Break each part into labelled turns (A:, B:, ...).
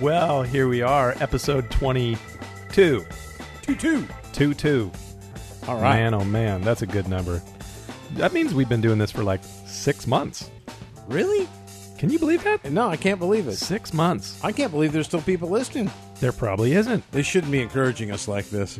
A: Well, here we are, episode 22.
B: Two two.
A: 2 2.
B: All right.
A: Man, oh man, that's a good number. That means we've been doing this for like six months.
B: Really?
A: Can you believe that?
B: No, I can't believe it.
A: Six months.
B: I can't believe there's still people listening.
A: There probably isn't.
B: They shouldn't be encouraging us like this.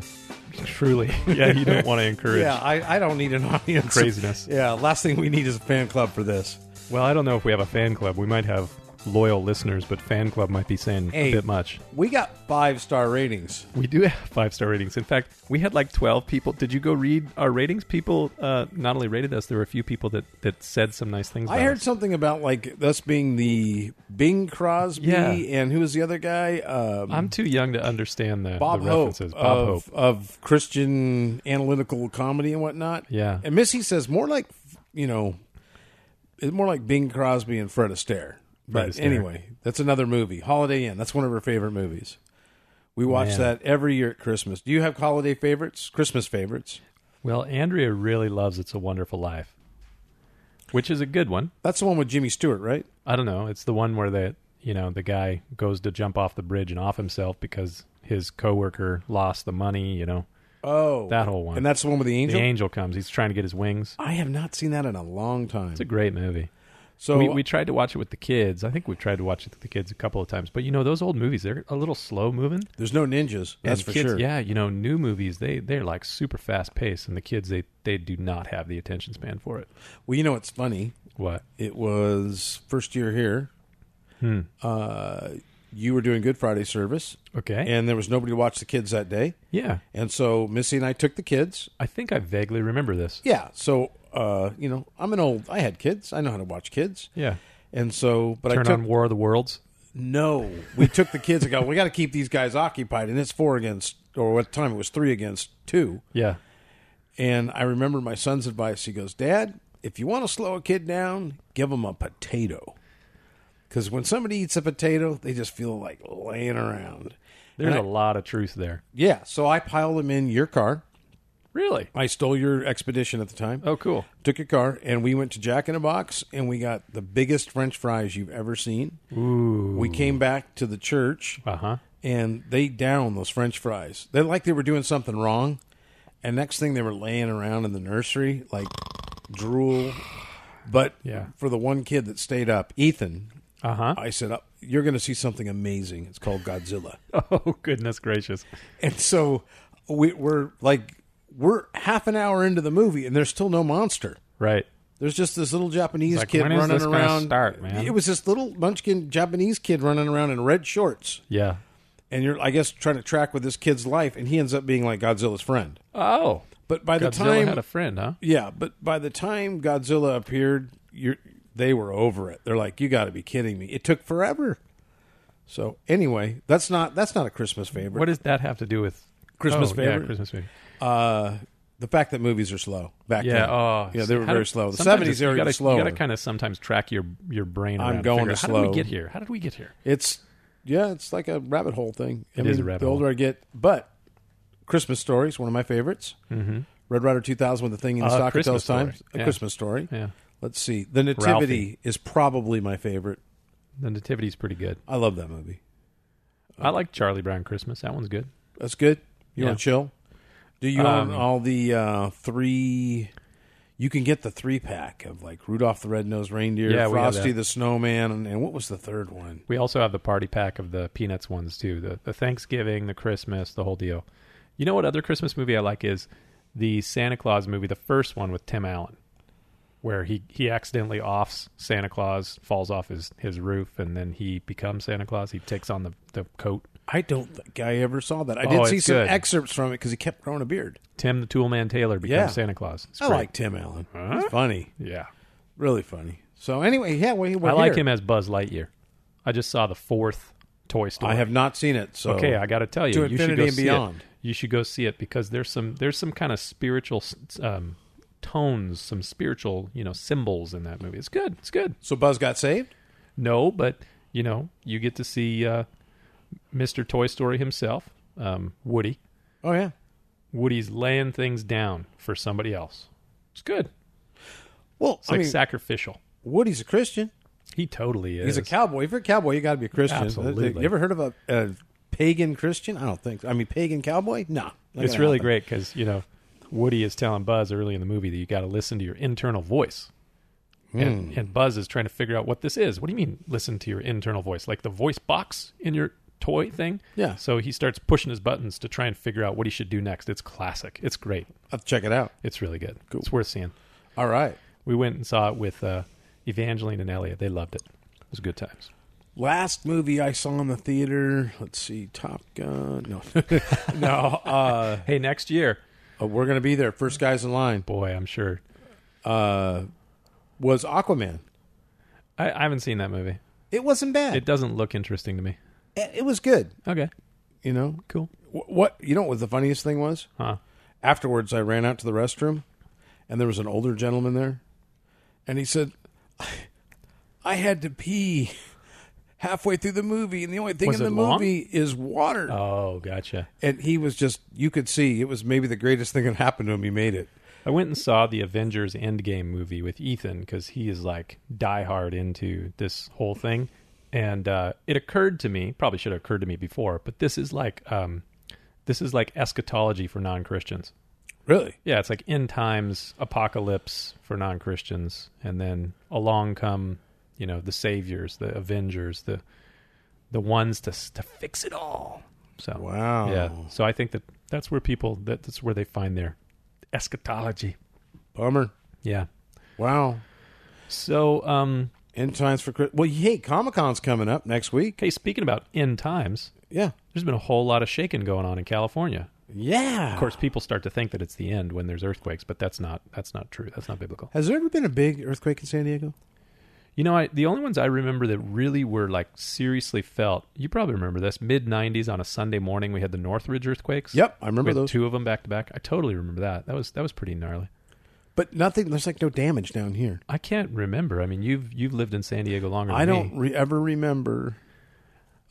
A: Truly. Yeah, you don't want to encourage.
B: Yeah, I, I don't need an audience.
A: Craziness.
B: Yeah, last thing we need is a fan club for this.
A: Well, I don't know if we have a fan club. We might have loyal listeners, but fan club might be saying
B: Hey.
A: a bit much.
B: We got five star ratings.
A: We do have five star ratings. In fact, we had like 12 people. Did you go read our ratings? People uh, not only rated us, there were a few people that, that said some nice things.
B: I
A: about
B: heard
A: us.
B: something about like us being the Bing Crosby
A: Yeah.
B: and who was the other guy? Um,
A: I'm too young to understand the,
B: Bob
A: the
B: Hope,
A: references. Bob
B: of,
A: Hope.
B: of Christian analytical comedy and whatnot.
A: Yeah.
B: And Missy says more like you know, it's more like Bing Crosby and Fred Astaire. But
A: Astaire.
B: anyway, that's another movie, Holiday Inn. That's one of her favorite movies. We watch
A: Man.
B: that every year at Christmas. Do you have holiday favorites? Christmas favorites?
A: Well, Andrea really loves It's a Wonderful Life, which is a good one.
B: That's the one with Jimmy Stewart, right?
A: I don't know. It's the one where the you know the guy goes to jump off the bridge and off himself because his coworker lost the money. You know
B: Oh,
A: that whole one.
B: and that's the one with the
A: the
B: angel.
A: angel comes. He's trying to get his wings.
B: I have not seen that in a long time.
A: It's a great movie.
B: So
A: we, we tried to watch it with the kids. I think we tried to watch it with the kids a couple of times. But you know those old movies, they're a little slow moving.
B: there's no ninjas. That's
A: And
B: for
A: kids,
B: sure.
A: Yeah, you know new movies, they they're like super fast paced, and the kids they they do not have the attention span for it.
B: Well, you know what's funny?
A: What?
B: It was first year here.
A: Hmm.
B: Uh, you were doing Good Friday service,
A: Okay.
B: and there was nobody to watch the kids that day.
A: yeah,
B: And so Missy and I took the kids.
A: I think I vaguely remember this.
B: Yeah. So, uh, you know, I'm an old, I had kids. I know how to watch kids.
A: Yeah.
B: And so, but I
A: Turn
B: took,
A: on War of the Worlds.
B: no, we took the kids and go, we got to keep these guys occupied. And it's four against, or what time it was three against two.
A: Yeah.
B: And I remember my son's advice. He goes, Dad, if you want to slow a kid down, give them a potato. Because when somebody eats a potato, they just feel like laying around.
A: There's
B: And
A: a
B: I-
A: lot of truth there.
B: yeah. So I piled them in your car.
A: Really?
B: I stole your expedition at the time.
A: Oh, cool.
B: Took your car, and we went to Jack in a Box, and we got the biggest French fries you've ever seen.
A: Ooh.
B: We came back to the church,
A: Uh huh.
B: and they downed those French fries. They like they were doing something wrong, and next thing they were laying around in the nursery like drool. But
A: Yeah.
B: for the one kid that stayed up, Ethan,
A: Uh huh.
B: I said, "Up, "You're going to see something amazing. It's called Godzilla."
A: Oh goodness gracious.
B: and so we, we're like, we're half an hour into the movie, and there's still no monster.
A: Right.
B: There's just this little Japanese
A: Like,
B: kid
A: when is
B: running
A: this gonna
B: around.
A: start, man?
B: It was this little munchkin Japanese kid running around in red shorts,
A: Yeah.
B: and you're, I guess, trying to track with this kid's life, and he ends up being like Godzilla's friend.
A: Oh.
B: But by the
A: Godzilla
B: time,
A: had a friend, huh?
B: yeah, but by the time Godzilla appeared, you're, they were over it. They're like, "You got to be kidding me!" It took forever. So anyway, that's not that's not a Christmas favorite.
A: What does that have to do with
B: Christmas
A: oh,
B: favorite?
A: Yeah, Christmas favorite.
B: uh, the fact that movies are slow back
A: Yeah.
B: then.
A: Oh.
B: yeah, they were
A: How
B: very
A: do-
B: slow. The
A: sometimes
B: seventies
A: you
B: they were
A: gotta-
B: even slower.
A: You got to kind of sometimes track your your brain.
B: I'm
A: around and
B: going
A: figure
B: to
A: out, How did
B: slow.
A: we get here? How did we get here?
B: It's yeah, it's like a rabbit hole thing.
A: It is a rabbit
B: The older I get, but Christmas Story is one of my favorites. Mm-hmm. Red Rider 2000 with the thing in the
A: Uh,
B: socket
A: Christmas
B: tells times.
A: Story.
B: A
A: Yeah.
B: Christmas Story.
A: Yeah.
B: Let's see. The Nativity
A: Ralphie.
B: is probably my favorite.
A: The nativity's pretty good.
B: I love that movie. Uh,
A: I like Charlie Brown Christmas. That one's good.
B: That's good. You
A: Yeah.
B: want to chill? Do you
A: Um,
B: own all the uh, three? You can get the three pack of like Rudolph the Red-Nosed Reindeer,
A: Yeah, we have
B: Frosty
A: that.
B: the Snowman, and, and what was the third one?
A: We also have the party pack of the Peanuts ones too. The the Thanksgiving, the Christmas, the whole deal. You know what other Christmas movie I like is the Santa Claus movie, the first one with Tim Allen, where he he accidentally offs Santa Claus, falls off his his roof, and then he becomes Santa Claus. He takes on the the coat.
B: I don't think I ever saw that. I
A: Oh,
B: did see
A: it's
B: some
A: good.
B: excerpts from it because he kept growing a beard.
A: Tim the Toolman Taylor becomes
B: Yeah.
A: Santa Claus. It's
B: I
A: great.
B: like Tim Allen. He's funny,
A: yeah.
B: really funny. So anyway, yeah, we we're
A: I like
B: here.
A: him as Buzz Lightyear. I just saw the fourth Toy Story.
B: I have not seen it. So
A: Okay, I got to tell you,
B: To
A: you should
B: Infinity
A: go
B: and
A: see
B: Beyond.
A: It. You should go see it because there's some there's some kind of spiritual s- um, tones, some spiritual you know symbols in that movie. It's good. It's good.
B: so Buzz got saved.
A: No, but you know you get to see uh, Mr. Toy Story himself, um, Woody.
B: Oh yeah.
A: Woody's laying things down for somebody else. It's good.
B: Well,
A: It's
B: I
A: like
B: mean,
A: sacrificial.
B: Woody's a Christian.
A: He totally is.
B: He's a cowboy. If you're a cowboy, you got to be a Christian.
A: Absolutely.
B: You ever heard of a, a pagan Christian? I don't think. so. I mean, pagan cowboy? No. not
A: It's
B: gonna
A: really
B: happen.
A: great because you know Woody is telling Buzz early in the movie that you got to listen to your internal voice,
B: Hmm.
A: and, and Buzz is trying to figure out what this is. What do you mean, listen to your internal voice? Like the voice box in your toy thing?
B: Yeah.
A: So he starts pushing his buttons to try and figure out what he should do next. It's classic. It's great.
B: I'll have to check it out.
A: It's really good. It's worth seeing.
B: All right.
A: We went and saw it with uh, Evangeline and Elliot. They loved it. It was good times.
B: Last movie I saw in the theater. Let's see, Top Gun. No, no. Uh,
A: Hey, next year,
B: uh, we're gonna be there. First guys in line
A: boy, I'm sure.
B: uh, was Aquaman.
A: I, I haven't seen that movie.
B: It wasn't bad.
A: It
B: It,
A: doesn't look interesting to me.
B: it was good.
A: Okay,
B: You know
A: cool.
B: Wh- what? You know what the funniest thing was?
A: Huh.
B: Afterwards, I ran out to the restroom, and there was an older gentleman there, and he said, "I, I had to pee." Halfway through the movie, and the only thing
A: Was
B: in the
A: it long?
B: movie is water.
A: Oh, gotcha.
B: and he was just you could see it was maybe the greatest thing that happened to him he made it
A: I went and saw the Avengers Endgame movie with Ethan because he is like diehard into this whole thing. And uh, it occurred to me, probably should have occurred to me before, but this is like um, this is like eschatology for non Christians.
B: really
A: Yeah, it's like end times apocalypse for non Christians, and then along come you know the saviors, the Avengers, the the ones to to fix it all. So
B: wow
A: yeah, so I think that that's where people that, that's where they find their eschatology.
B: bummer
A: Yeah.
B: wow
A: So, um,
B: end times for Chris- well hey comic-con's coming up next week
A: okay, speaking about end times,
B: yeah
A: there's been a whole lot of shaking going on in California.
B: yeah
A: Of course, people start to think that it's the end when there's earthquakes, but that's not that's not true. That's not biblical.
B: has there ever been a big earthquake in san diego
A: You know, I, the only ones I remember that really were like seriously felt. You probably remember this mid '90s on a Sunday morning. We had the Northridge earthquakes.
B: yep i remember
A: we had
B: those
A: two of them back to back. I totally remember that. That was that was pretty gnarly.
B: but nothing there's like no damage down here
A: I can't remember. I mean, you've you've lived in San Diego longer. than
B: i
A: me.
B: don't re- ever remember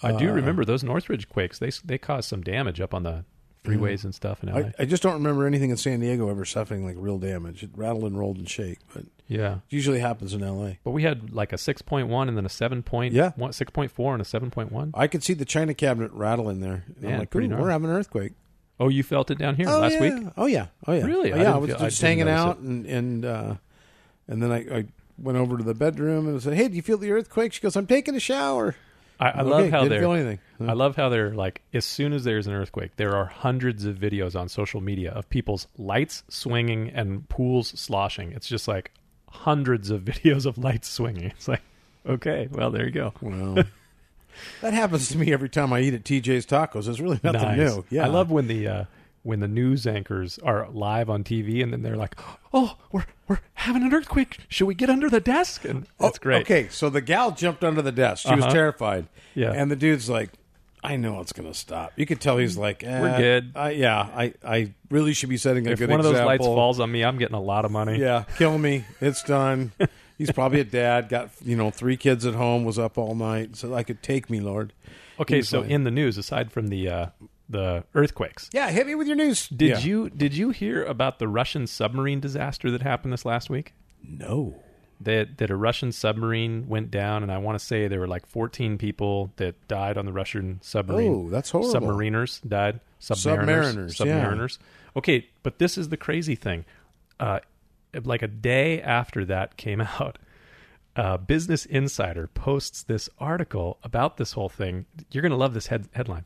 A: I
B: Uh,
A: do remember those Northridge quakes. They they caused some damage up on the freeways and stuff in LA.
B: I, I just don't remember anything in san diego ever suffering like real damage it rattled and rolled and shake but it
A: yeah.
B: usually happens in la
A: But we had like a 6.1 and then a 7. Point,
B: Yeah.
A: one- 6.4 and a 7.1.
B: i could see the china cabinet rattle in there and
A: Yeah,
B: i'm like
A: pretty
B: Ooh,
A: gnarly.
B: we're having an earthquake
A: Oh, you felt it down here
B: oh,
A: last
B: yeah.
A: week?
B: Oh yeah, oh yeah.
A: Really?
B: Oh,
A: I
B: yeah, I,
A: didn't
B: was
A: feel- I
B: just
A: didn't
B: hanging
A: notice
B: out, and and uh, and then I, I went over to the bedroom and said, "Hey, do you feel the earthquake?" She goes, "I'm taking a shower."
A: I, I love
B: Okay,
A: how
B: didn't
A: they're
B: feel anything.
A: I love how they're like as soon as there's an earthquake, there are hundreds of videos on social media of people's lights swinging and pools sloshing. It's just like hundreds of videos of lights swinging. It's like okay, well there you go.
B: Wow. that happens to me every time I eat at TJ's Tacos. It's really nothing
A: Nice.
B: new. Yeah,
A: I love when the uh, when the news anchors are live on TV and then they're like, "Oh, we're we're having an earthquake. Should we get under the desk?" And
B: Oh,
A: that's great.
B: Okay, so the gal jumped under the desk. She was
A: Uh-huh.
B: terrified.
A: Yeah.
B: and the dude's like. I know it's going to stop. You could tell he's like, eh,
A: We're good.
B: I, yeah, I, I really should be setting a
A: If
B: good
A: one of those lights
B: example.
A: falls on me, I'm getting a lot of money.
B: Yeah, kill me. It's done. He's probably a dad. Got you know three kids at home. Was up all night. So I could take me, Lord.
A: Okay, so
B: Easily.
A: in the news, aside from the uh, the earthquakes,
B: Yeah, hit me with your news.
A: did you did you hear about the Russian submarine disaster that happened this last week?
B: No.
A: That that a Russian submarine went down, and I want to say there were like 14 people that died on the Russian submarine.
B: Oh, that's horrible.
A: Submariners died. Submariners.
B: Submariners, yeah.
A: Submariners. Okay, but this is the crazy thing. Uh, like a day after that came out, uh, Business Insider posts this article about this whole thing. You're going to love this head- headline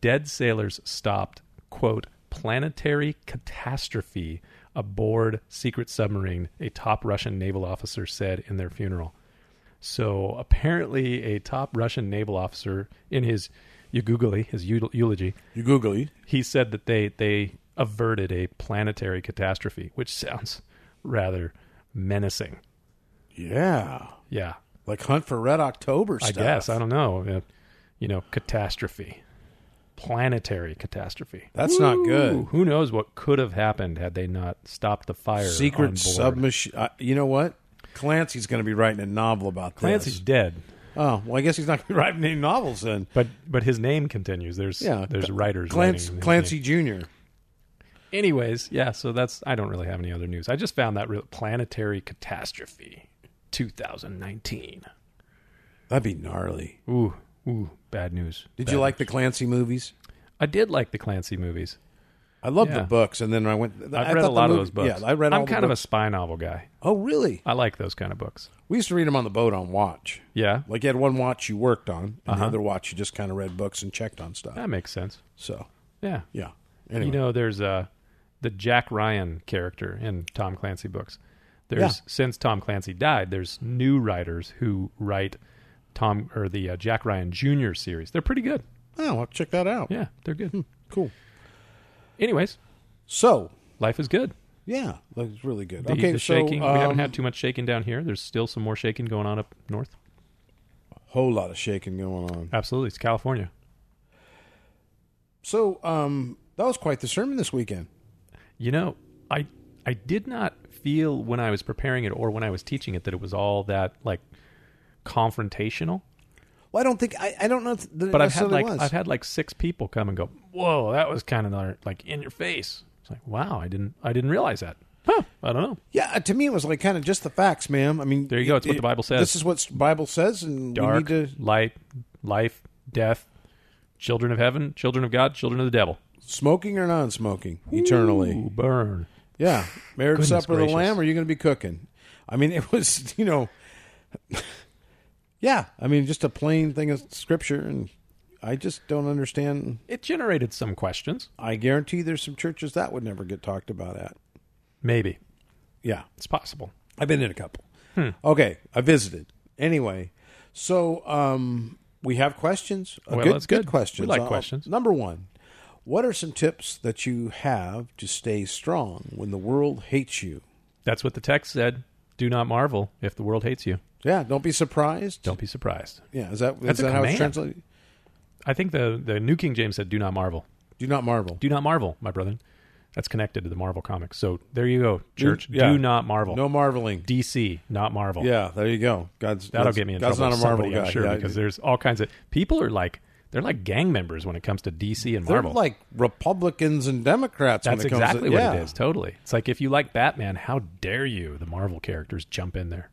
A: Dead Sailors Stopped, quote, planetary catastrophe aboard secret submarine, a top Russian naval officer said in their funeral. So apparently, a top Russian naval officer in his eugugali, his eul- eulogy,
B: You Google it.
A: he said that they they averted a planetary catastrophe, which sounds rather menacing.
B: Yeah,
A: Yeah,
B: like Hunt for Red October. Stuff.
A: I guess I don't know. Uh, you know, catastrophe, planetary catastrophe.
B: That's not
A: Ooh,
B: good.
A: who knows what could have happened had they not stopped the fire? on
B: Secret
A: board.
B: submachine. Uh, you know what? Clancy's going to be writing a novel about
A: Clancy's
B: this.
A: dead,
B: Oh well, I guess he's not going to be writing any novels then.
A: but but his name continues. There's
B: Yeah,
A: there's writers.
B: Clancy,
A: writing his
B: Clancy Junior.
A: name. Anyways, yeah, so that's I don't really have any other news. I just found that real planetary catastrophe 2019.
B: That'd be gnarly.
A: Ooh, ooh, bad news.
B: Did
A: Bad
B: you like the Clancy movies?
A: I did like the Clancy movies.
B: I love
A: Yeah.
B: the books, and then I went. I
A: I've read
B: thought
A: a
B: the
A: lot of
B: movie-
A: those books.
B: Yeah, I read all
A: I'm
B: the
A: kind of a
B: books.
A: spy novel guy.
B: oh, really?
A: I like those kind of books.
B: We used to read them on the boat on watch.
A: Yeah,
B: Like you had one watch you worked on, and
A: Uh-huh.
B: the other watch you just kind of read books and checked on stuff.
A: that makes sense.
B: So
A: Yeah.
B: yeah. Anyway,
A: You know, there's uh, the Jack Ryan character in Tom Clancy books. There's since Tom Clancy died, there's new writers who write Tom or the uh, Jack Ryan Jr. series. They're pretty good.
B: oh, I'll check that out.
A: Yeah, they're good.
B: Cool.
A: Anyways,
B: So
A: life is good.
B: yeah, that's really good.
A: The,
B: okay,
A: the
B: so
A: shaking. we haven't
B: um,
A: had too much shaking down here. There's still some more shaking going on up north.
B: whole lot of shaking going on.
A: Absolutely, it's California.
B: So um, that was quite the sermon this weekend.
A: You know, I I did not feel when I was preparing it or when I was teaching it that it was all that like confrontational.
B: Well, I don't think I, I don't know that it
A: But I've had
B: necessarily
A: like
B: was.
A: I've had like six people come and go, "Whoa, that was kind of like in your face." It's like, "Wow, I didn't I didn't realize that." Huh, I don't know.
B: Yeah, uh, to me it was like kind of just the facts, ma'am. I mean,
A: There you go. It's what the Bible says.
B: This is what the Bible says, and
A: Dark,
B: we need to
A: light, life, death, children of heaven, children of God, children of the devil.
B: smoking or non-smoking eternally.
A: Ooh, burn.
B: Yeah, marriage
A: Goodness
B: supper of the
A: gracious.
B: Lamb. Or are you going to be cooking? I mean, it was you know, yeah. I mean, just a plain thing of scripture, and I just don't understand.
A: It generated some questions.
B: I guarantee there's some churches that would never get talked about at.
A: Maybe.
B: Yeah,
A: It's possible.
B: I've been in a couple.
A: Hmm.
B: Okay, I visited. Anyway, so um, we have questions. A
A: Well, that's good.
B: questions.
A: We like
B: Uh,
A: questions.
B: Number one, what are some tips that you have to stay strong when the world hates you?
A: That's what the text said. Do not marvel if the world hates you.
B: Yeah, don't be surprised.
A: Don't be surprised.
B: Yeah, is that is
A: That's a
B: that how it's
A: command.
B: translated?
A: I think the the New King James said, "Do not marvel."
B: Do not marvel.
A: Do not marvel, my brethren. That's connected to the Marvel comics. So there you go, church.
B: yeah.
A: Do not marvel.
B: No marveling.
A: DC, not Marvel.
B: Yeah, there you go. God's
A: That'll
B: God's-
A: get me in
B: God's
A: trouble.
B: not a
A: with
B: marvel
A: somebody,
B: guy.
A: I'm sure,
B: yeah,
A: because there's all kinds of people are like they're like gang members when it comes to DC and
B: they're
A: Marvel.
B: like Republicans and Democrats.
A: That's
B: when it comes
A: exactly
B: to,
A: what
B: yeah.
A: it is. Totally. It's like if you like Batman, how dare you? The Marvel characters jump in there.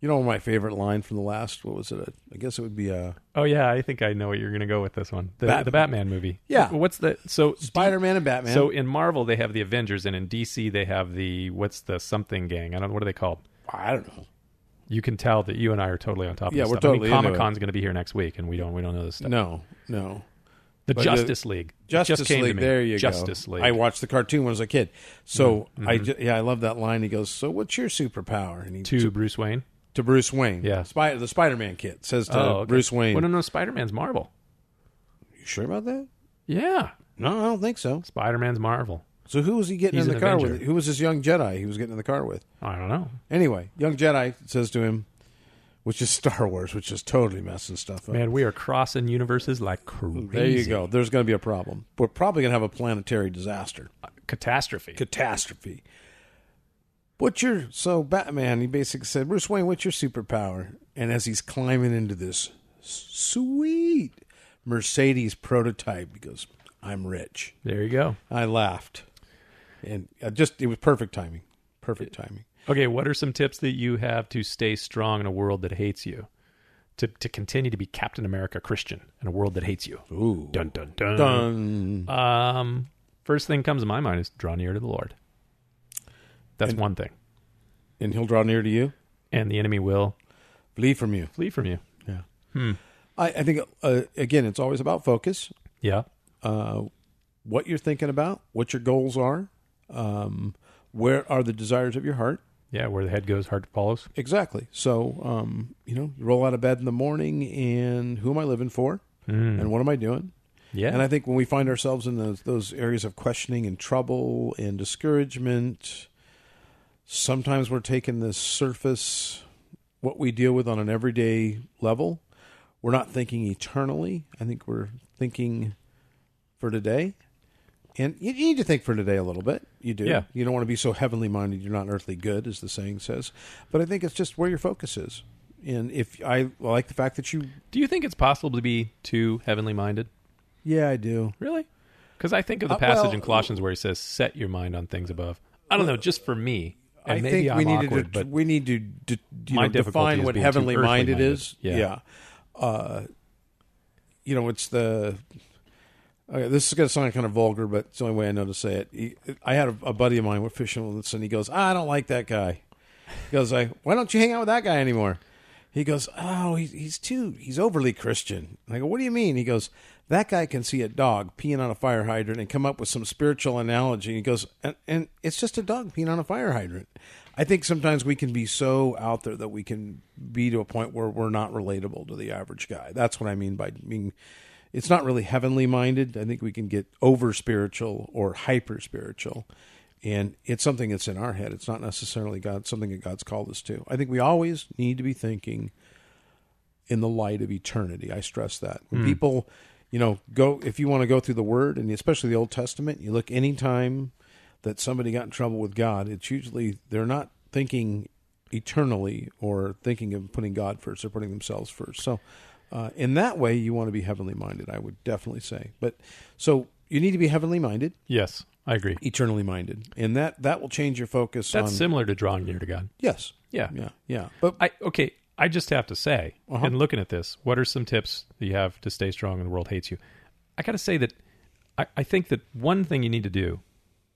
B: You know my favorite line from the last. What was it? I guess it would be uh,
A: Oh yeah, I think I know what you're going to go with this one. The,
B: Bat-
A: the Batman movie.
B: Yeah.
A: What's the so
B: Spider-Man and Batman.
A: So in Marvel they have the Avengers, and in DC they have the what's the something gang? I don't know what are they called.
B: I don't know.
A: You can tell that you and I are totally on top.
B: Yeah,
A: of
B: we're
A: this stuff.
B: totally
A: I
B: into
A: mean, Comic Con's going to be here next week, and we don't we don't know this stuff.
B: No, no.
A: the
B: but the-
A: Justice League. It just
B: Justice
A: came to
B: League.
A: me.
B: There you go.
A: Justice League. Mm-hmm.
B: I watched the cartoon when I was a kid. So I ju- yeah, I love that line. He goes, "So what's your superpower?" And he
A: to Bruce Wayne.
B: to Bruce Wayne.
A: Yeah. Oh,
B: Spy- the Spider-Man kid says to
A: okay.
B: Bruce Wayne,
A: Well, no, no, Spider Man's Marvel.
B: "You sure about that?"
A: Yeah,
B: No, I don't think so.
A: Spider Man's Marvel.
B: So who was he getting
A: He's
B: in the
A: an
B: car
A: Avenger.
B: with? Who was this young Jedi he was getting in the car with?
A: I don't know.
B: Anyway, young Jedi says to him, which is Star Wars, which is totally messing stuff up.
A: Man, we are crossing universes like crazy.
B: there you go. There's going to be a problem. We're probably going to have a planetary disaster.
A: Catastrophe.
B: catastrophe. What's your so Batman? He basically said, Bruce Wayne, what's your superpower? And as he's climbing into this sweet Mercedes prototype, he goes, "I'm rich."
A: there you go.
B: I laughed, and I just it was perfect timing. Perfect timing.
A: Okay, what are some tips that you have to stay strong in a world that hates you? To to continue to be Captain America Christian in a world that hates you.
B: Ooh,
A: Dun dun dun.
B: dun.
A: Um, first thing comes to my mind is draw near to the Lord. That's one thing,
B: and he'll draw near to you,
A: and the enemy will
B: flee from you.
A: flee from you.
B: Yeah. I, I think uh, again, it's always about focus.
A: Yeah,
B: uh, what you're thinking about, what your goals are, um, where are the desires of your heart.
A: yeah. Where the head goes, heart follows.
B: Exactly. So, um, you know, you roll out of bed in the morning and who am I living for and what am I doing?
A: Yeah,
B: And I think when we find ourselves in those, those areas of questioning and trouble and discouragement, sometimes we're taking this surface, what we deal with on an everyday level. We're not thinking eternally. I think we're thinking for today. And you you need to think for today a little bit. You do.
A: Yeah.
B: You don't want to be so heavenly minded you're not earthly good, as the saying says. But I think it's just where your focus is. And if I like the fact that you,
A: do you think it's possible to be too heavenly minded?
B: yeah, I do.
A: Really? Because I think of the
B: Uh,
A: passage
B: well,
A: in Colossians where he says, "Set your mind on things above." I don't know, just for me, and
B: I
A: maybe
B: think
A: I'm
B: we need
A: awkward,
B: to
A: but
B: we need to de- you
A: My
B: know,
A: difficulty
B: define
A: is
B: what
A: being too
B: heavenly
A: earthly
B: minded
A: minded.
B: is.
A: Yeah.
B: Uh, you know, it's the. Okay, this is going to sound kind of vulgar, but it's the only way I know to say it. He, I had a, a buddy of mine we're fishing with this, and he goes, "I don't like that guy." He goes, "I why don't you hang out with that guy anymore?" He goes, "Oh, he's he's too he's overly Christian." And I go, "What do you mean?" He goes, "That guy can see a dog peeing on a fire hydrant and come up with some spiritual analogy." And he goes, "And, and it's just a dog peeing on a fire hydrant." I think sometimes we can be so out there that we can be to a point where we're not relatable to the average guy. That's what I mean by being. It's not really heavenly minded. I think we can get over spiritual or hyper spiritual and it's something that's in our head. It's not necessarily God, something that God's called us to. I think we always need to be thinking in the light of eternity. I stress that. When people, you know, go if you want to go through the Word and especially the Old Testament, you look any time that somebody got in trouble with God, it's usually they're not thinking eternally or thinking of putting God first. They're putting themselves first. So, uh, in that way, you want to be heavenly minded. I would definitely say. But so you need to be heavenly minded
A: yes, I agree.
B: eternally minded, and that that will change your focus.
A: That's
B: on,
A: similar to drawing near to God.
B: yes,
A: Yeah.
B: yeah, Uh-huh. yeah. But
A: I okay. I just have to say, in looking at this, what are some tips that you have to stay strong when the world hates you? I got to say that I, I think that one thing you need to do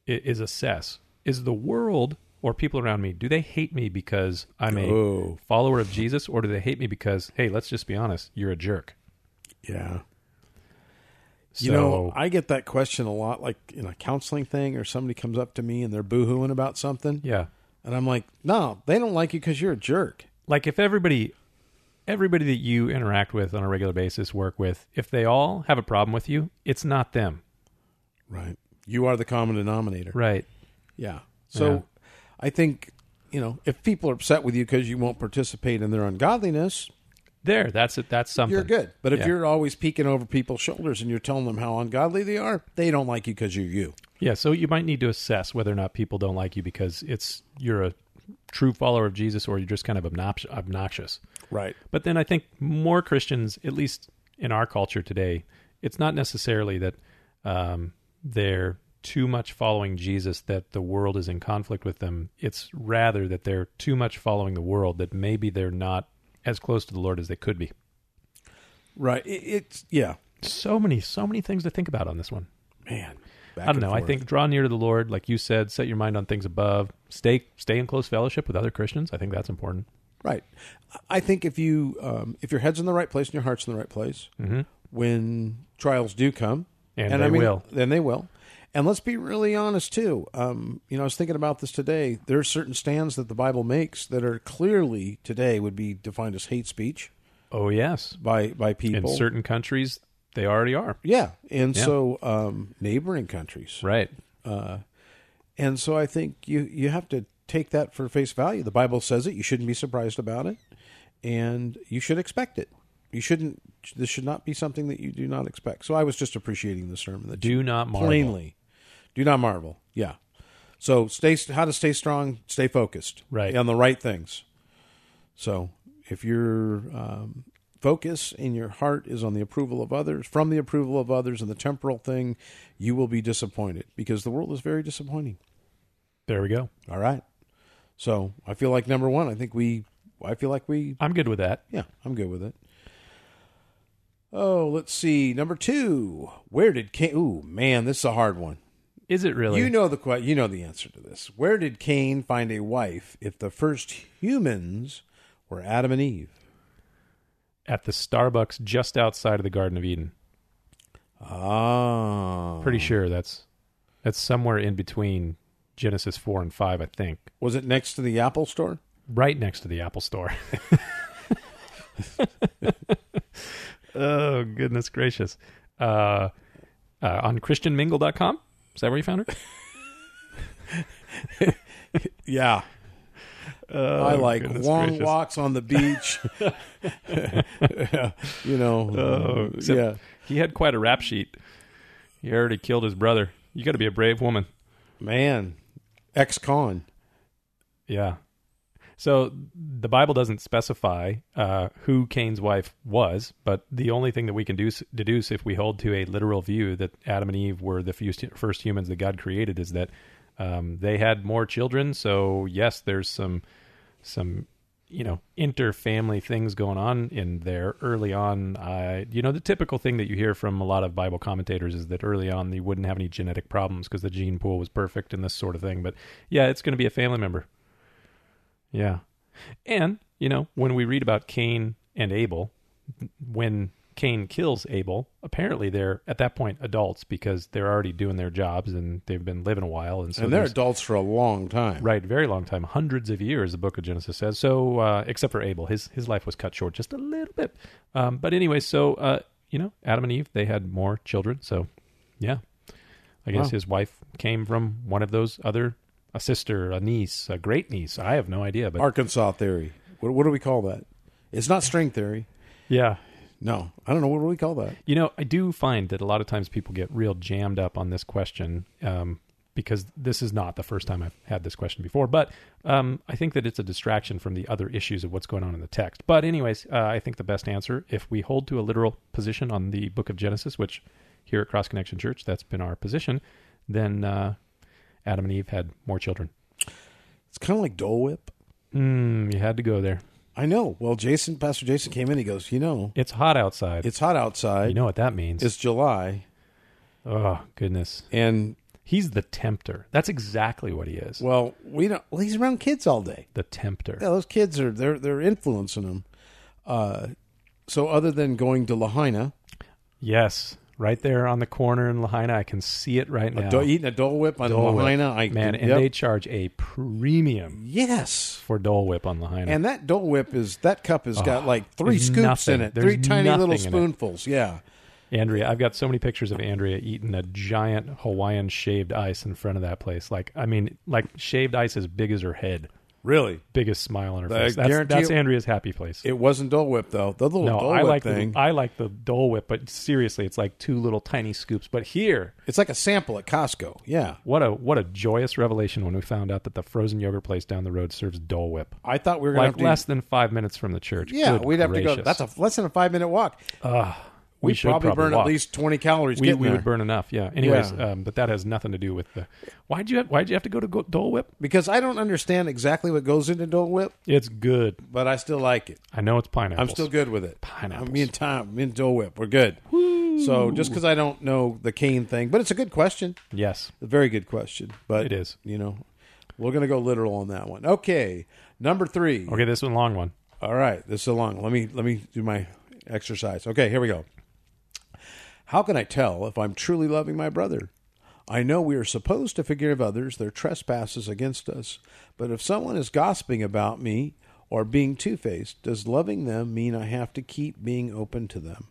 A: is, is assess: is the world or people around me do they hate me because I'm a
B: oh,
A: follower of Jesus, or do they hate me because hey, let's just be honest, you're a jerk.
B: yeah.
A: So,
B: You know, I get that question a lot, like in a counseling thing, or somebody comes up to me and they're boohooing about something,
A: yeah,
B: and I'm like, no, they don't like you because you're a jerk.
A: like if everybody everybody that you interact with on a regular basis work with if they all have a problem with you it's not them
B: Right. You are the common denominator.
A: right
B: Yeah. So
A: Yeah.
B: I think, you know, if people are upset with you because you won't participate in their ungodliness,
A: there that's it that's something
B: you're good. But if
A: Yeah.
B: you're always peeking over people's shoulders and you're telling them how ungodly they are, they don't like you because you're you.
A: yeah so you might need to assess whether or not people don't like you because it's you're a true follower of jesus or you're just kind of obnox- obnoxious
B: Right.
A: But then I think more Christians, at least in our culture today, it's not necessarily that um, they're too much following Jesus that the world is in conflict with them. It's rather that they're too much following the world that maybe they're not as close to the Lord as they could be.
B: Right. It, it's yeah,
A: So many, so many things to think about on this one.
B: man.
A: I don't know. I think draw near to the Lord, like you said, set your mind on things above. Stay, stay in close fellowship with other Christians. I think that's important.
B: right. I think if you um, if your head's in the right place and your heart's in the right place,
A: Mm-hmm.
B: when trials do come,
A: And they
B: I mean,
A: will.
B: then they will. And let's be really honest too. Um, you know, I was thinking about this today. There are certain stands that the Bible makes that are clearly today would be defined as hate speech
A: Oh yes,
B: by by
A: in
B: people.
A: certain countries they already are.
B: yeah, and
A: Yeah.
B: so um, neighboring countries,
A: Right.
B: Uh, and so I think you you have to take that for face value. The Bible says it. You shouldn't be surprised about it, and you should expect it. You shouldn't. This should not be something that you do not expect. So I was just appreciating the sermon that
A: Do not marvel.
B: plainly, do not marvel. Yeah. So stay how to stay strong, stay focused,
A: Right.
B: on the right things. So if your um, focus in your heart is on the approval of others, from the approval of others, and the temporal thing, you will be disappointed because the world is very disappointing.
A: There we go.
B: All right. So I feel like number one. I think we. I feel like we.
A: I'm good with that.
B: Yeah, I'm good with it. Oh, let's see. Number two. Where did Cain? Ooh, man, this is a hard one.
A: Is it really?
B: You know the que- you know the answer to this. Where did Cain find a wife if the first humans were Adam and Eve?
A: At the Starbucks just outside of the Garden of Eden.
B: Ah.
A: Pretty sure that's that's somewhere in between Genesis 4 and 5, I think.
B: Was it next to the Apple store?
A: Right next to the Apple Store. oh, goodness gracious. Uh, uh, on christianmingle.com? Is that where you found her?
B: Yeah.
A: Oh,
B: I like
A: goodness
B: long
A: gracious.
B: walks on the beach. you know.
A: Oh, except-
B: yeah.
A: He had quite a rap sheet. He already killed his brother. You got to be a brave woman.
B: Man. Ex-con.
A: Yeah. So the Bible doesn't specify uh, who Cain's wife was, but the only thing that we can deduce, deduce if we hold to a literal view that Adam and Eve were the first, first humans that God created is that um, they had more children. So yes, there's some some you know inter-family things going on in there early on i you know the typical thing that you hear from a lot of bible commentators is that early on you wouldn't have any genetic problems because the gene pool was perfect and this sort of thing but yeah it's going to be a family member yeah. And, you know, when we read about Cain and Abel, when Cain kills Abel, apparently they're at that point adults because they're already doing their jobs and they've been living a while. And so
B: and they're
A: there's-
B: adults for a long time.
A: Right, very long time, hundreds of years. The Book of Genesis says so. Uh, except for Abel, his his life was cut short just a little bit. Um, but anyway, so uh, you know, Adam and Eve, they had more children. So, yeah, I guess
B: Wow.
A: his wife came from one of those other, a sister, a niece, a great niece. I have no idea, but
B: Arkansas theory. What, what do we call that? It's not string theory.
A: yeah,
B: No, I don't know. What do we call that?
A: You know, I do find that a lot of times people get real jammed up on this question um, because this is not the first time I've had this question before. But um, I think that it's a distraction from the other issues of what's going on in the text. But, anyways, uh, I think the best answer, if we hold to a literal position on the book of Genesis, which here at Cross Connection Church, that's been our position, then uh, Adam and Eve had more children.
B: It's kind of like Dole Whip.
A: Mm, you had to go there.
B: I know. Well, Jason, Pastor Jason came in. He goes, you know,
A: It's hot outside.
B: it's hot outside.
A: you know what that means.
B: it's July,
A: oh, goodness.
B: and
A: He's the tempter. That's exactly what he is.
B: well, we don't. Well, he's around kids all day.
A: the tempter.
B: Yeah, those kids are they're they're influencing him. Uh, so other than going to Lahaina,
A: Yes, right there on the corner in Lahaina. I can see it right now.
B: do- eating a Dole Whip on
A: Dole Whip.
B: Lahaina, I
A: Man, and
B: yep.
A: they charge a premium
B: yes.
A: for Dole Whip on Lahaina.
B: And that Dole Whip is that cup has got like three
A: Ah, there's
B: scoops
A: nothing.
B: in it,
A: There's
B: three tiny
A: nothing in
B: little
A: it.
B: spoonfuls. Yeah,
A: Andrea, I've got so many pictures of Andrea eating a giant Hawaiian shaved ice in front of that place. Like, I mean, like shaved ice as big as her head,
B: really.
A: biggest smile on her
B: I
A: face. That's,
B: guarantee
A: that's
B: you-
A: Andrea's happy place.
B: It wasn't Dole Whip though. The little
A: no,
B: Dole
A: I
B: Whip
A: like
B: thing.
A: the I like the Dole Whip, but seriously, it's like two little tiny scoops. But here,
B: it's like a sample at Costco. Yeah,
A: what a what a joyous revelation when we found out that the frozen yogurt place down the road serves Dole Whip.
B: I thought we were gonna
A: like
B: have to.
A: less than five minutes from the church.
B: yeah,
A: Good
B: we'd have
A: gracious. Oh,
B: to go. That's a less than a five minute walk. we
A: should
B: probably, burn
A: walk.
B: at least twenty calories.
A: We,
B: getting
A: we
B: there.
A: would burn enough. Yeah. Anyways,
B: Yeah.
A: Um, but that has nothing to do with the. Why would you have, Why would you have to go to go, Dole Whip?
B: because I don't understand exactly what goes into Dole Whip,
A: It's good.
B: but I still like it.
A: I know it's pineapple.
B: I'm still good with it.
A: Pineapples.
B: Me and Tom, me and Dole Whip, we're good. So just because I don't know the cane thing, but it's a good question.
A: Yes.
B: A very good question, but
A: It is.
B: You know, we're going to go literal on that one. Okay, number three.
A: Okay. This one long one.
B: All right, this is a long. Let me let me do my exercise. Okay, here we go. How can I tell if I'm truly loving my brother? I know we are supposed to forgive others their trespasses against us, but if someone is gossiping about me or being two faced, does loving them mean I have to keep being open to them?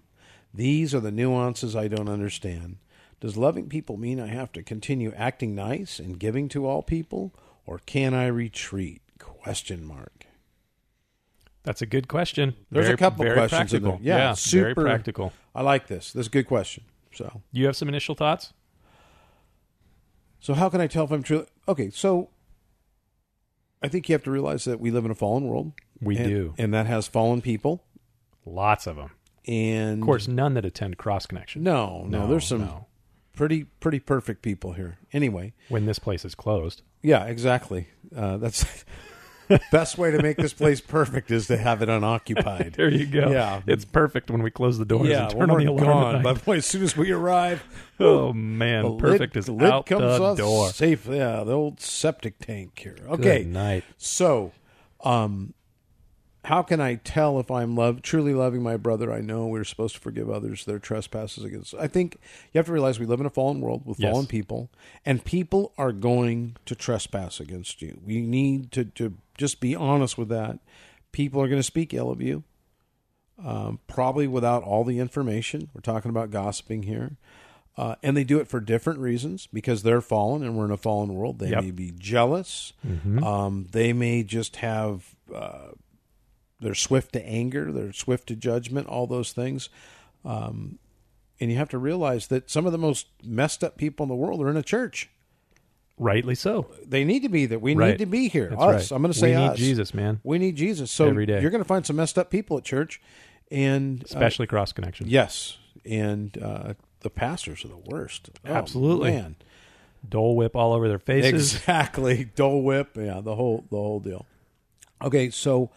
B: These are the nuances I don't understand. Does loving people mean I have to continue acting nice and giving to all people, or can I retreat? Question mark.
A: That's a good question.
B: There's
A: Very-
B: a couple
A: very
B: questions in
A: practical.
B: there. Yeah,
A: Very
B: super-
A: practical.
B: I like this. This is a good question. So,
A: You have some initial thoughts?
B: so how can I tell if I'm truly okay? So, I think you have to realize that we live in a fallen world.
A: We
B: and,
A: do.
B: and that has fallen people.
A: Lots of them.
B: And
A: Of course, none that attend cross connection.
B: no, no, there's some
A: no.
B: pretty pretty perfect people here. Anyway,
A: When this place is closed,
B: yeah, exactly. Uh, that's best way to make this place perfect is to have it unoccupied.
A: there you go.
B: Yeah.
A: it's perfect when we close the doors
B: yeah,
A: and turn
B: when
A: on the
B: we're
A: alarm. at
B: gone.
A: night.
B: But boy, as soon as we arrive,
A: Oh man,
B: the
A: perfect
B: lid,
A: is
B: the lid
A: out
B: comes
A: the
B: off
A: door.
B: safe. Yeah, the old septic tank here. Okay,
A: Good night.
B: So, um, how can I tell if I'm love truly loving my brother? I know we're supposed to forgive others their trespasses against. I think you have to realize we live in a fallen world with
A: Yes.
B: fallen people, and people are going to trespass against you. We need to to just be honest with that. People are going to speak ill of you, um, probably without all the information. We're talking about gossiping here. Uh, and they do it for different reasons because they're fallen and we're in a fallen world. They
A: Yep. Mm-hmm.
B: may be jealous. Um, they may just have, uh, they're swift to anger, they're swift to judgment, all those things. Um, and you have to realize that some of the most messed up people in the world are in a church.
A: rightly so.
B: They need to be there. We
A: Right.
B: need to be here.
A: That's
B: us.
A: right.
B: I'm going to say
A: we need
B: us. Uh,
A: Jesus, man.
B: We need Jesus. So
A: Every day.
B: you're going to find some messed up people at church, and uh,
A: Especially cross connection.
B: yes, and uh, the pastors are the worst. Oh,
A: Absolutely.
B: man.
A: Dole whip all over their faces.
B: exactly. Dole Whip. Yeah, the whole the whole deal. Okay, so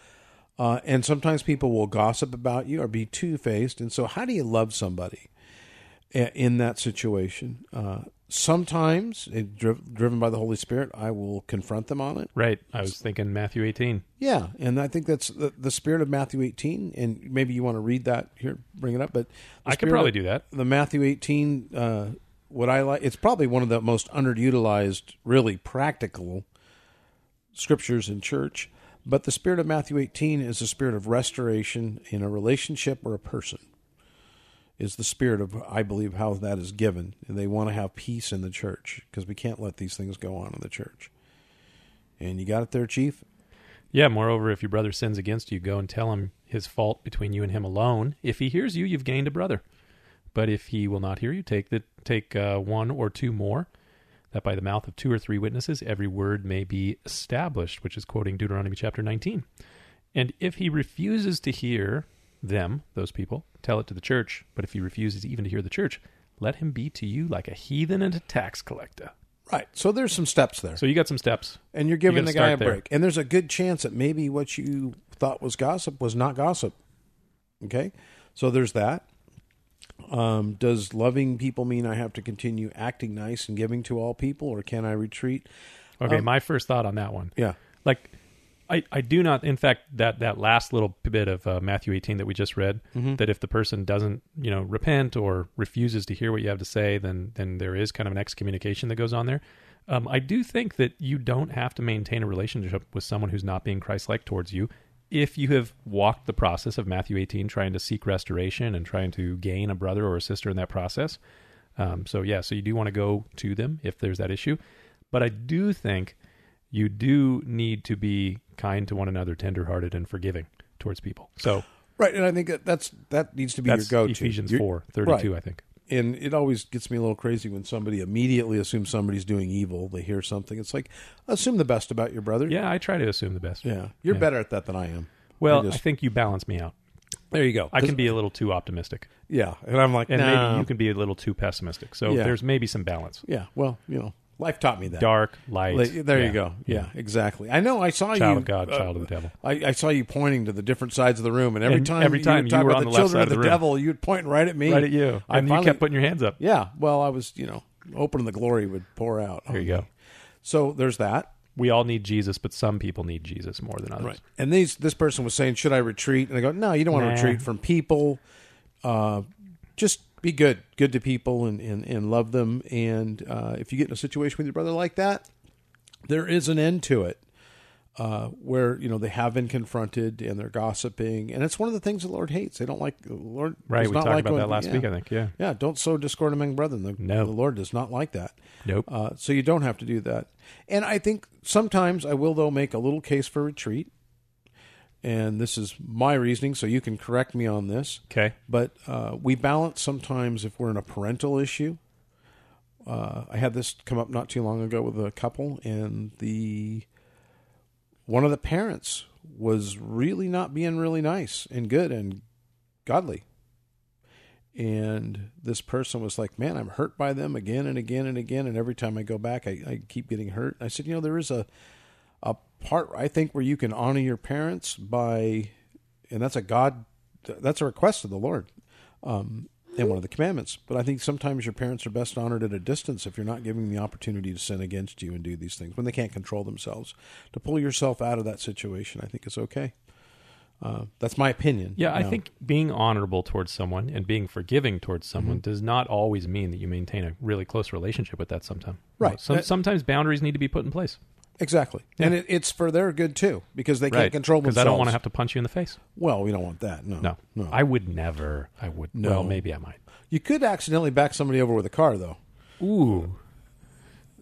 B: uh, and sometimes people will gossip about you or be two faced, and so how do you love somebody i- in that situation? Uh, sometimes, it, dri- driven by the Holy Spirit, I will confront them on it.
A: Right. I was thinking Matthew 18.
B: Yeah, and I think that's the, the spirit of Matthew 18, and maybe you want to read that here, bring it up. But the
A: I could
B: spirit
A: probably
B: of-
A: do that.
B: the Matthew 18, uh, what I like, it's probably one of the most underutilized, really practical scriptures in church. But the spirit of Matthew 18 is the spirit of restoration in a relationship or a person. Is the spirit of, I believe, how that is given. And they want to have peace in the church because we can't let these things go on in the church. And you got it there, Chief?
A: Yeah. Moreover, if your brother sins against you, go and tell him his fault between you and him alone. If he hears you, you've gained a brother. But if he will not hear you, take the take uh, one or two more, that by the mouth of two or three witnesses every word may be established. Which is quoting Deuteronomy chapter 19. And if he refuses to hear them, those people, tell it to the church. But if he refuses even to hear the church, let him be to you like a heathen and a tax collector.
B: Right. So there's some steps there.
A: So you got some steps.
B: and you're giving
A: gotta
B: the guy a
A: start there.
B: break. And there's a good chance that maybe what you thought was gossip was not gossip. Okay, so there's that. Um, does loving people mean I have to continue acting nice and giving to all people, or can I retreat?
A: Okay, my first thought on that one.
B: Yeah,
A: like I, I do not in fact that that last little bit of uh, matthew 18 that we just read that if the person doesn't you know repent or refuses to hear what you have to say then then there is kind of an excommunication that goes on there um, i do think that you don't have to maintain a relationship with someone who's not being christ-like towards you if you have walked the process of matthew 18 trying to seek restoration and trying to gain a brother or a sister in that process um, so yeah, so you do want to go to them if there's that issue, but I do think you do need to be kind to one another, tenderhearted, and forgiving towards people. So
B: right. And I think that that's that needs to be
A: that's
B: your go-to.
A: Ephesians
B: You're-
A: four thirty-two,
B: Right.
A: I think.
B: And it always gets me a little crazy when somebody immediately assumes somebody's doing evil. They hear something. It's like assume the best about your brother.
A: Yeah, I try to assume the best.
B: yeah. You're
A: Yeah.
B: better at that than I am.
A: Well,
B: I
A: I,
B: just-
A: think you balance me out.
B: There you go.
A: I can be a little too optimistic,
B: Yeah, and I'm like,
A: and
B: nah.
A: maybe you can be a little too pessimistic. So
B: Yeah.
A: there's maybe some balance.
B: Yeah, well, you know, life taught me that.
A: Dark, light.
B: Like, there
A: Yeah.
B: you go. Yeah, exactly. I know. I saw
A: Child
B: you.
A: of God,
B: uh,
A: child of the devil.
B: I, I saw you pointing to the different sides of the room, and every
A: And
B: time
A: every
B: you
A: time
B: would
A: you
B: talk
A: were
B: about
A: on
B: the,
A: the left
B: children
A: side of
B: of the,
A: the room.
B: devil, you'd point right at me,
A: Right at you,
B: I
A: and
B: finally-
A: you kept putting your hands up.
B: Yeah. Well, I was, you know, hoping the glory would pour out.
A: There you go.
B: So there's that.
A: We all need Jesus, but some people need Jesus more than others.
B: And these this person was saying, should I retreat? And I go, no, you don't want
A: Nah.
B: to retreat from people. Uh, just be good, good to people, and and, and love them. And uh, if you get in a situation with your brother like that, there is an end to it. Uh, where you know they have been confronted and they're gossiping, and it's one of the things the Lord hates. They don't like the Lord.
A: Right.
B: does
A: We
B: not
A: talked
B: like
A: about
B: when-
A: that last
B: yeah.
A: week. I think. Yeah.
B: Yeah, don't sow discord among brethren. The,
A: No.
B: the Lord does not like that.
A: Nope.
B: Uh, so you don't have to do that. And I think sometimes I will, though, make a little case for retreat. And this is my reasoning, so you can correct me on this.
A: Okay.
B: But uh, we balance sometimes if we're in a parental issue. Uh, I had this come up not too long ago with a couple, and the one of the parents was really not being really nice and good and godly. And this person was like, Man, I'm hurt by them again and again and again. And every time I go back, I, I keep getting hurt. I said, You know, there is a, a part, I think, where you can honor your parents by, and that's a God, that's a request of the Lord um, and one of the commandments. But I think sometimes your parents are best honored at a distance if you're not giving them the opportunity to sin against you and do these things when they can't control themselves. To pull yourself out of that situation, I think is okay. Uh, that's my opinion.
A: Yeah, I
B: Now-
A: think being honorable towards someone and being forgiving towards
B: Mm-hmm.
A: someone does not always mean that you maintain a really close relationship with that sometime.
B: Right. Uh,
A: Some,
B: That-
A: sometimes boundaries need to be put in place.
B: Exactly, and it, it's for their good too because they can't control
A: Because
B: themselves.
A: I don't want to have to punch you in the face.
B: Well, we don't want that. No,
A: No. I would never. I would.
B: No.
A: Well, maybe I might.
B: You could accidentally back somebody over with a car, though.
A: Ooh.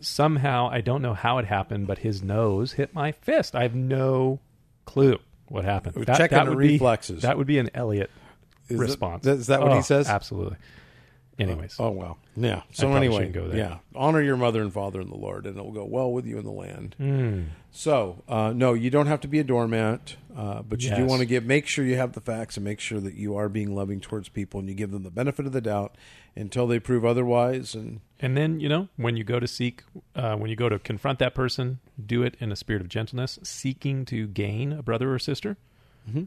A: Somehow, I don't know how it happened, but his nose hit my fist. I have no clue what happened. That,
B: checking
A: that
B: the
A: would
B: reflexes.
A: Be, that would be an Elliot
B: Is
A: response.
B: That, is that what
A: Oh,
B: he says?
A: Absolutely. Anyways,
B: Oh wow. Yeah. So
A: probably
B: anyway,
A: shouldn't go there.
B: yeah. Honor your mother and father in the Lord, and it will go well with you in the land.
A: Mm.
B: So uh, no, you don't have to be a doormat, uh, but you do
A: Yes.
B: want to give. Make sure you have the facts, and make sure that you are being loving towards people, and you give them the benefit of the doubt until they prove otherwise. And
A: and then you know when you go to seek, uh, when you go to confront that person, do it in a spirit of gentleness, seeking to gain a brother or sister.
B: Mhm.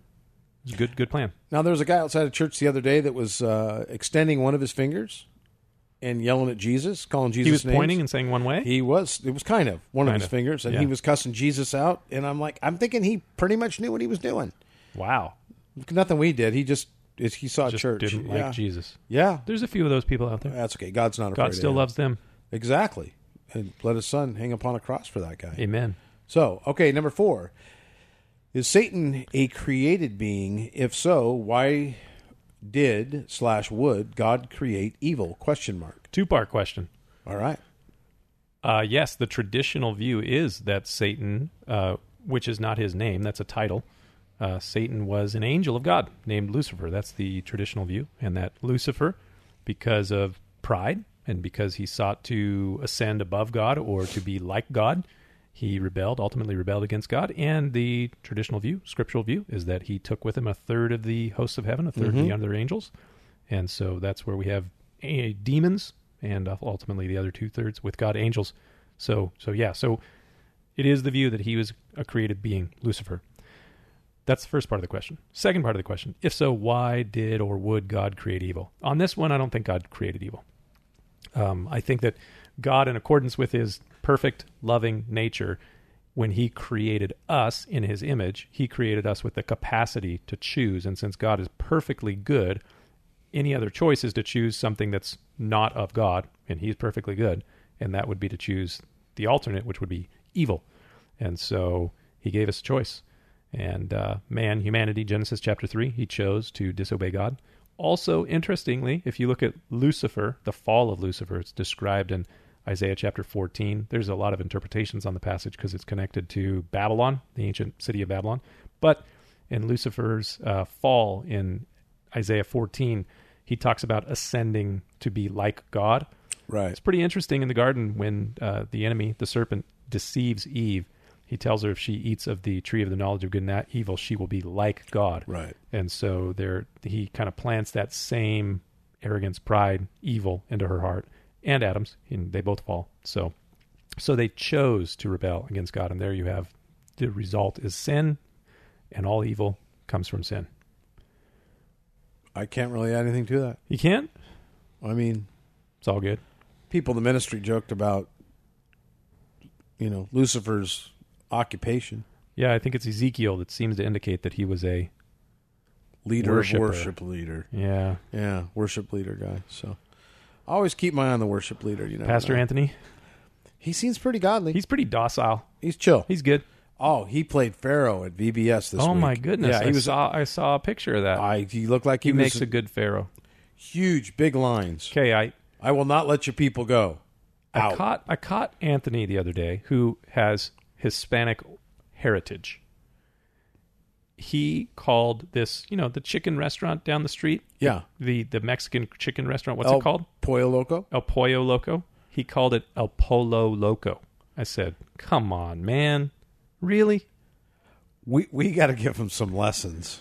A: It's a good, good plan.
B: now there was a guy outside of church the other day that was uh, extending one of his fingers and yelling at Jesus, calling Jesus.
A: he was
B: names.
A: pointing and saying one way.
B: He was. It was kind of one of
A: Kind
B: his
A: of,
B: fingers, and
A: yeah.
B: he was cussing Jesus out. And I'm like, I'm thinking he pretty much knew what he was doing.
A: wow,
B: Nothing we did. He just it, he saw
A: just
B: church.
A: didn't like
B: yeah.
A: Jesus.
B: yeah,
A: There's a few of those people out there.
B: that's okay. God's not afraid.
A: God still
B: of him.
A: loves them.
B: exactly, and let his son hang upon a cross for that guy.
A: Amen.
B: So okay, number four is Satan a created being? If so, why did slash would God create evil? Question mark.
A: Two part question.
B: All right.
A: Uh, yes, the traditional view is that Satan, uh, which is not his name, that's a title. Uh, Satan was an angel of God named Lucifer. That's the traditional view, and that Lucifer, because of pride and because he sought to ascend above God or to be like God, he rebelled, ultimately rebelled against God. And the traditional view, scriptural view, is that he took with him a third of the hosts of heaven, a 3rd of the other angels, and so that's where we have eh, demons and uh, ultimately the other two thirds with God angels. So so yeah, so it is the view that he was a created being, Lucifer. That's the first part of the question. Second part of the question: If so, why did or would God create evil? On this one, I don't think God created evil. Um, I think that God, in accordance with His perfect, loving nature, when He created us in His image, He created us with the capacity to choose. And since God is perfectly good, any other choice is to choose something that's not of God, and He's perfectly good, and that would be to choose the alternate, which would be evil. And so He gave us a choice. And uh, man, humanity, Genesis chapter 3, he chose to disobey God. Also, interestingly, if you look at Lucifer, the fall of Lucifer, it's described in Isaiah chapter 14. There's a lot of interpretations on the passage because it's connected to Babylon, the ancient city of Babylon. But in Lucifer's uh, fall in Isaiah 14, he talks about ascending to be like God.
B: Right.
A: It's pretty interesting in the garden when uh, the enemy, the serpent, deceives Eve. He tells her if she eats of the tree of the knowledge of good and evil, she will be like God.
B: Right.
A: And so there, he kind of plants that same arrogance, pride, evil into her heart, and Adam's, and they both fall. So, so they chose to rebel against God, and there you have the result is sin, and all evil comes from sin.
B: I can't really add anything to that.
A: You can't.
B: I mean,
A: It's all good.
B: people in the ministry joked about you know lucifer's occupation
A: Yeah, I think it's Ezekiel that seems to indicate that he was a
B: leader of
A: Worshipper.
B: worship leader
A: yeah
B: yeah worship leader guy so i always keep my eye on the worship leader you know
A: Pastor Anthony.
B: he seems pretty godly he's,
A: He's pretty docile.
B: chill
A: He's good.
B: oh he played pharaoh at vbs this
A: oh
B: week.
A: my goodness!
B: yeah
A: I
B: he was
A: Saw, I saw a picture of that.
B: I, he looked like he,
A: he makes
B: was
A: a good pharaoh.
B: huge big lines
A: Okay, I
B: i will not let your people go
A: I
B: out
A: caught I caught Anthony the other day who has Hispanic heritage. He called this, you know, the chicken restaurant down the street,
B: yeah
A: the the Mexican chicken restaurant. What's
B: El
A: it called?
B: pollo loco
A: El Pollo Loco. He called it El Polo Loco. I said, "Come on, man, really,
B: we we got to give him some lessons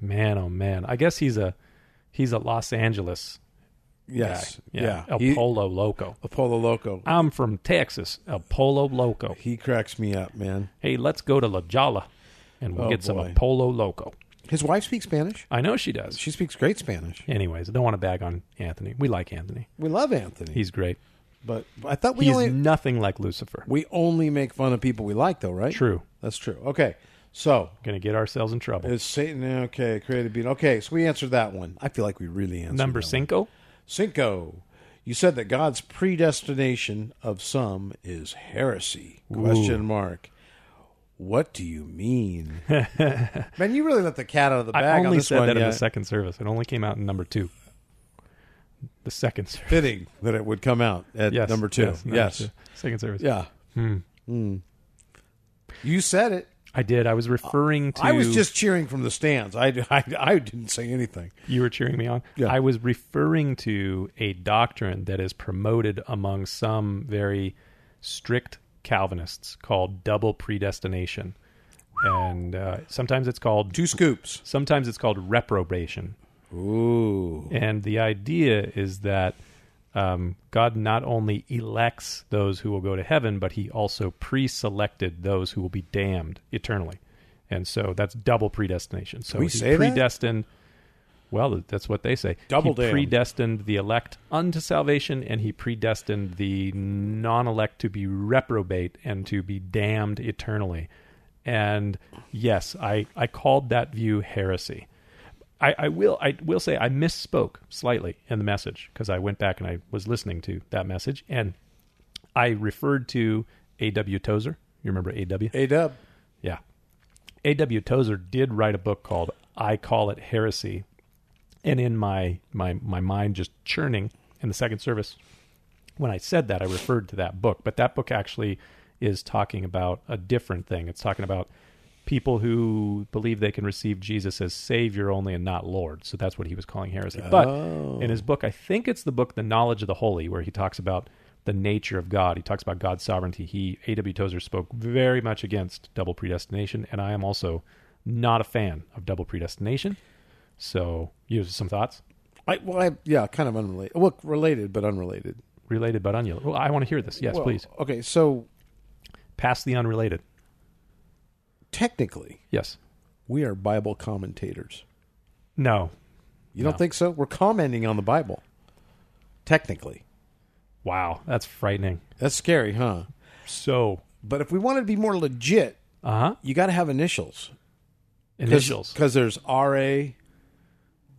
A: man, oh man." I guess he's a he's a Los Angeles
B: yes
A: guy.
B: yeah,
A: El
B: He-
A: Polo Loco.
B: El pollo loco
A: I'm from Texas. El Polo Loco.
B: He cracks me up, man.
A: hey, let's go to La Jolla and we'll
B: Oh,
A: get some
B: boy.
A: Apollo Loco.
B: His wife speaks Spanish.
A: I know she does.
B: She speaks great Spanish.
A: Anyways, I don't want to bag on Anthony. We like Anthony.
B: We love Anthony,
A: He's great.
B: but I thought we
A: He's
B: only
A: nothing like Lucifer.
B: we only make fun of people we like, though, right?
A: True.
B: That's true. Okay, so
A: Gonna get ourselves in trouble.
B: is Satan eh, okay? Created being okay. So we answered that one. I feel like we really answered
A: Number
B: that one.
A: cinco.
B: Cinco. You said that God's predestination of some is heresy? Question mark. What do you mean? Man, you really let the cat out of the bag
A: I
B: on
A: only
B: this
A: said
B: one.
A: that in
B: yeah.
A: the second service. It only came out in number two. The second service.
B: Fitting that it would come out at
A: Yes. Hmm.
B: number two.
A: Yes. number
B: yes.
A: two. Second service.
B: Yeah. Hmm. You said it.
A: I did. I was referring to.
B: I was just cheering from the stands. I, I, I didn't say anything.
A: You were cheering me on.
B: Yeah.
A: I was referring to a doctrine that is promoted among some very strict Calvinists called double predestination, and uh, sometimes it's called
B: Two scoops.
A: sometimes it's called reprobation.
B: Ooh.
A: And the idea is that um, God not only elects those who will go to heaven, but he also pre selected those who will be damned eternally. And so that's double predestination. So
B: We
A: he
B: say that?
A: predestined. Well, that's what they say.
B: Double
A: he
B: damned.
A: predestined the elect unto salvation, and he predestined the non-elect to be reprobate and to be damned eternally. And yes, I, I called that view heresy. I, I will I will say I misspoke slightly in the message because I went back and I was listening to that message and I referred to A.W. Tozer. You remember A.W.?
B: A dub.
A: Yeah. A.W. Tozer did write a book called I Call It Heresy. And in my my my mind just churning in the second service when I said that I referred to that book, but that book actually is talking about a different thing. It's talking about people who believe they can receive Jesus as savior only and not lord. So that's what he was calling heresy. But in his book, I think it's the book The Knowledge of the Holy where he talks about the nature of God. He talks about God's sovereignty. He A.W. Tozer spoke very much against double predestination and I am also not a fan of double predestination. So, you have some thoughts
B: I, well, I, yeah, kind of unrelated. Well, related, but unrelated.
A: related but unrelated. Well, I want to hear this. Yes,
B: Well,
A: please.
B: Okay, so
A: Pass the unrelated.
B: technically,
A: Yes.
B: we are Bible commentators.
A: No.
B: You
A: No.
B: don't think so? We're commenting on the Bible. Technically.
A: Wow, that's frightening.
B: That's scary, huh?
A: So,
B: But if we wanted to be more legit,
A: uh huh.
B: you got to have initials.
A: Initials:
B: Because there's R.A.,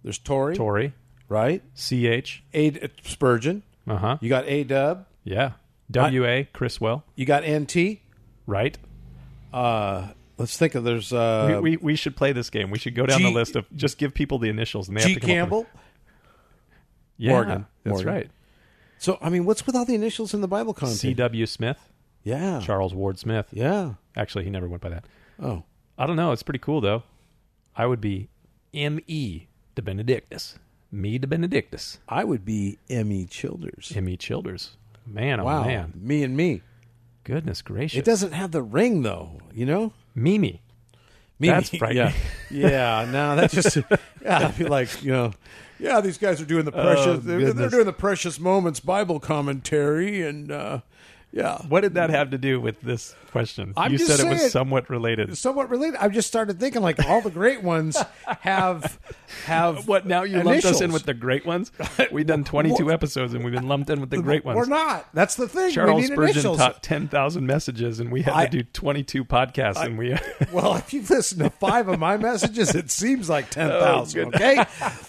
B: there's Tory,
A: Tory,
B: right?
A: C H.
B: A, Spurgeon.
A: Uh huh.
B: You got A-Dub.
A: Yeah. W A. Chriswell.
B: You got N.T.
A: Right.
B: Uh, let's think of there's uh,
A: we, we we should play this game. We should go down the
B: G-
A: list of just give people the initials and they
B: G.
A: have to come Up
B: Campbell.
A: with, yeah,
B: Morgan.
A: That's
B: Morgan.
A: right.
B: So, I mean, what's with all the initials in the Bible
A: C
B: content?
A: W. Smith.
B: yeah.
A: Charles Ward Smith.
B: Yeah.
A: Actually, he never went by that.
B: Oh.
A: I don't know. It's pretty cool though. I would be M E. De Benedictus. Me De Benedictus.
B: I would be M.E. Childers.
A: M E. Childers. Man, oh
B: wow.
A: man.
B: Me and me.
A: Goodness gracious.
B: It doesn't have the ring, though, you know?
A: Mimi.
B: Me,
A: That's
B: me.
A: frightening.
B: Yeah. yeah, no, that just, yeah, I'd be like, you know, yeah, these guys are doing the precious, they're, they're
A: Oh, goodness.
B: doing the precious moments Bible commentary, and uh, yeah,
A: What did that have to do with this question?
B: I'm
A: you
B: just
A: said it was
B: saying-
A: somewhat related.
B: somewhat related. I just started thinking like all the great ones have have
A: What now? You lumped us in
B: initials.
A: with the great ones. We've done 22
B: What?
A: episodes and we've been lumped in with the great ones.
B: We're not. That's the thing. we
A: Charles
B: need
A: Spurgeon
B: initials.
A: taught 10,000 messages and we had
B: I-
A: to do 22 podcasts and we.
B: Well, if you listen to five of my messages, it seems
A: Oh,
B: like ten thousand.
A: goodness.
B: okay,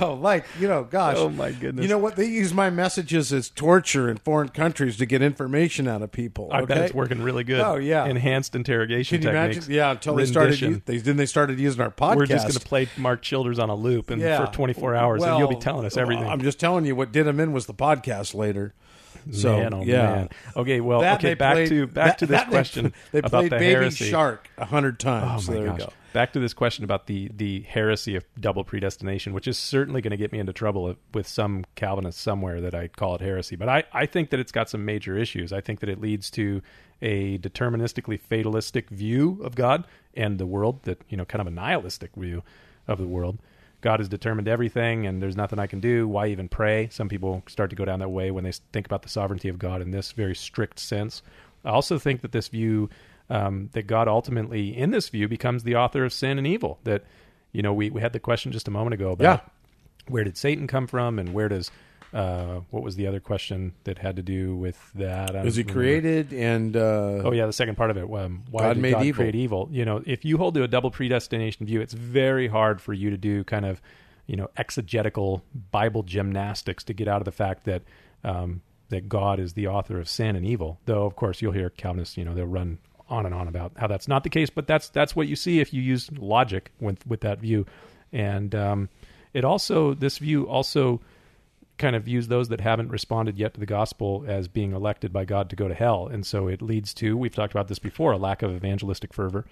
B: oh, like you know, gosh,
A: Oh, my goodness.
B: You know what? They use my messages as torture in foreign countries to get information out of people.
A: I bet
B: okay?
A: it's working really good.
B: Oh, yeah.
A: Enhanced interrogation
B: Can you
A: techniques.
B: imagine? Yeah, until they started.
A: rendition.
B: u- They then they started using our podcast.
A: We're just going to play Mark Childers on a loop and
B: yeah.
A: for 24 hours and you'll be
B: Well,
A: telling us everything.
B: I'm just telling you what did him in was the podcast later. So
A: Man, oh,
B: yeah.
A: man. Okay, well,
B: That
A: okay,
B: they
A: back
B: played-
A: to back
B: that-
A: to this
B: that they-
A: question
B: They,
A: about
B: played
A: the
B: Baby
A: heresy.
B: Shark a hundred
A: Oh
B: times.
A: my
B: there
A: gosh.
B: you go.
A: Back to this question about the the heresy of double predestination, which is certainly going to get me into trouble if- with some Calvinist somewhere that I call it heresy. But I, I think that it's got some major issues. I think that it leads to a deterministically fatalistic view of God and the world that, you know, kind of a nihilistic view of the world. God has determined everything and there's nothing I can do. Why even pray? Some people start to go down that way when they s- think about the sovereignty of God in this very strict sense. I also think that this view, um, that God ultimately in this view becomes the author of sin and evil. That, you know, we, we had the question just a moment ago about
B: Yeah.
A: where did Satan come from and where does, uh, what was the other question that had to do with that? I don't
B: Was he
A: remember.
B: created and uh,
A: Oh yeah, the second part of it. Um, why
B: God
A: did
B: made
A: God
B: evil.
A: create evil? You know, if you hold to a double predestination view, it's very hard for you to do kind of, you know, exegetical Bible gymnastics to get out of the fact that um, that God is the author of sin and evil. Though, of course, you'll hear Calvinists. You know, they'll run on and on about how that's not the case, but that's that's what you see if you use logic with with that view, and um, it also this view also kind of views those that haven't responded yet to the gospel as being elected by God to go to hell. And so it leads to, we've talked about this before, a lack of evangelistic fervor.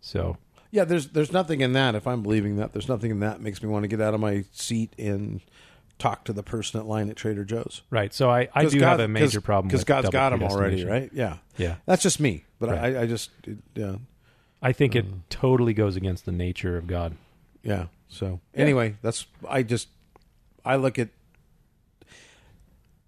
A: So
B: Yeah, there's there's nothing in that. If I'm believing that, there's nothing in that makes me want to get out of my seat and talk to the person at line at Trader Joe's.
A: Right. So I, I
B: 'Cause
A: do
B: God-
A: have a major problem
B: because
A: with
B: God's
A: double
B: got them already,
A: predestination.
B: right? Yeah,
A: Yeah.
B: that's just me. But
A: Right.
B: I, I just it, yeah,
A: I think it totally goes against the nature of God.
B: yeah. So anyway, that's I just I look at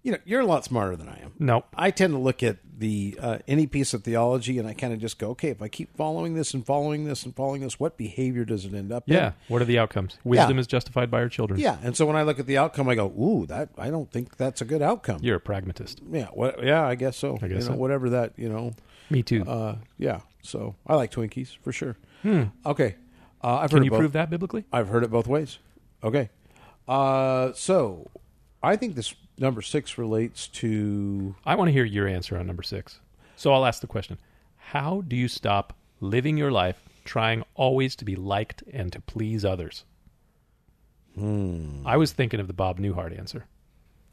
B: you know you're a lot smarter than I am.
A: No.
B: I tend to look at the uh, any piece of theology and I kind of just go, okay, if I keep following this and following this and following this, what behavior does it end up? in?
A: Yeah. What are the outcomes? Wisdom is justified by our children.
B: yeah. And so when I look at the outcome, I go, ooh, that I don't think that's a good outcome.
A: You're a pragmatist.
B: yeah, what, yeah, I guess so.
A: I guess
B: you know,
A: so.
B: whatever that you know.
A: Me too.
B: Uh, yeah. So I like Twinkies for sure. Okay. Uh, I've
A: Can
B: heard
A: you
B: it both.
A: prove that biblically?
B: I've heard it both ways. Okay. Uh, so I think this number six relates to
A: I want to hear your answer on number six. So I'll ask the question How do you stop living your life trying always to be liked and to please others?
B: Hmm.
A: I was thinking of the Bob Newhart answer.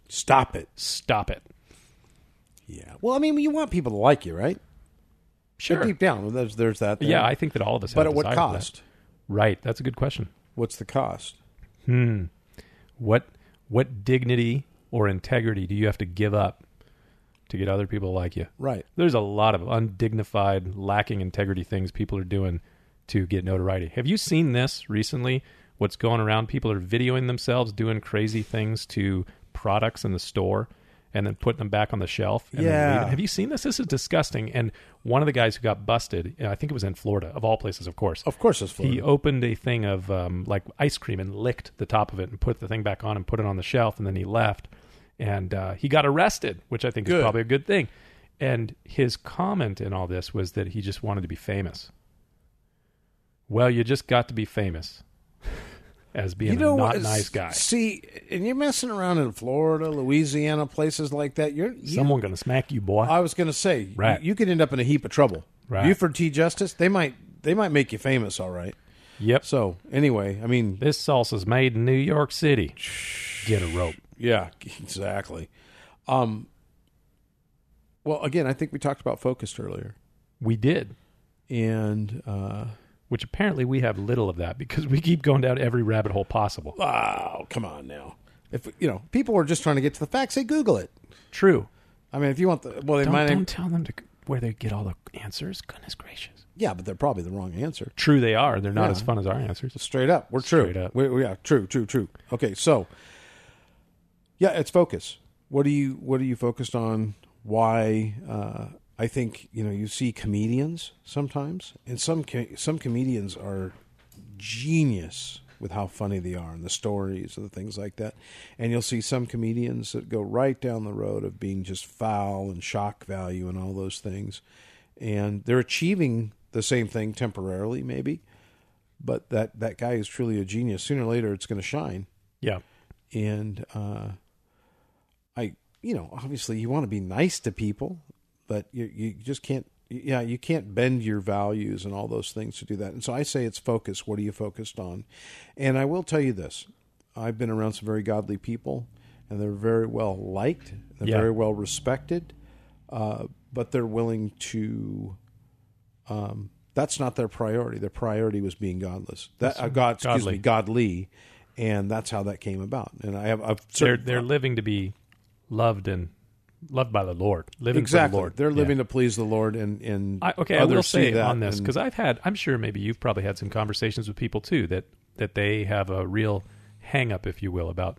B: stop it.
A: Stop it.
B: Yeah. Well, I mean, you want people to like you, right?
A: Sure.
B: Deep down, there's there's that. there.
A: Yeah, I think that all of us have
B: but at what
A: desire for that.
B: cost?
A: Right. That's a good question.
B: What's the cost?
A: Hmm. What what dignity or integrity do you have to give up to get other people to like you?
B: Right.
A: There's a lot of undignified, lacking integrity things people are doing to get notoriety. Have you seen this recently? What's going around? People are videoing themselves doing crazy things to products in the store and then putting them back on the shelf. And then
B: Yeah.
A: leaving. Have you seen this? This is disgusting. And one of the guys who got busted, and I think it was in Florida, of all places, of course
B: Of course, it's
A: he
B: Florida.
A: opened a thing of um, like ice cream and licked the top of it and put the thing back on and put it on the shelf and then he left and uh, he got arrested which i think is
B: Good.
A: probably a good thing and his comment in all this was that he just wanted to be famous well you just got to be famous as being a not
B: what?
A: nice guy
B: uh, See, and you're messing around in Florida, Louisiana, places like that. You're you,
A: someone gonna smack you boy
B: I was going to say,
A: Right.
B: you, you could end up in a heap of trouble.
A: Right.
B: Buford T. Justice, they might they might make you famous, all right.
A: yep
B: So anyway, I mean,
A: this salsa's made in new york city get a rope
B: yeah, exactly. Um, well, again, I think we talked about focused earlier,
A: we did
B: and uh,
A: which apparently we have little of that because we keep going down every rabbit hole possible
B: wow, oh, come on now. If you know, people are just trying to get to the facts. They Google it.
A: true
B: I mean, if you want the well, they
A: Don't,
B: might
A: don't tell them to where they get all the answers. Goodness gracious.
B: yeah, but they're probably the wrong answer.
A: True, they are. They're not
B: Yeah.
A: as fun as our answers.
B: Straight up, we're true.
A: Straight up.
B: We, we- yeah, true, true, true. Okay, so yeah, it's focus. What do you What are you focused on? Why? Uh, I think you know you see comedians sometimes, and some co- some comedians are genius with how funny they are and the stories and the things like that. And you'll see some comedians that go right down the road of being just foul and shock value and all those things, and they're achieving the same thing temporarily, maybe but that that guy is truly a genius. Sooner or later, it's going to shine.
A: Yeah.
B: And uh, I, you know, obviously you want to be nice to people, but you you just can't. Yeah, you can't bend your values and all those things to do that. And so I say it's focus. What are you focused on? And I will tell you this: I've been around some very godly people, and they're very well liked. They're
A: Yeah.
B: very well respected, uh, but they're willing to um, that's not their priority. Their priority was being godless. That uh, God, excuse
A: Godly.
B: me, godly, and that's how that came about. And I have, I've
A: They're
B: certain-
A: they're living to be loved and loved by the Lord. Living for
B: exactly.
A: the Lord.
B: They're
A: Yeah.
B: living to please the Lord, and and
A: I, okay, I
B: others
A: will
B: see
A: say
B: that
A: on this
B: and-
A: because I've had, I'm sure maybe you've probably had some conversations with people too that that they have a real hang up, if you will, about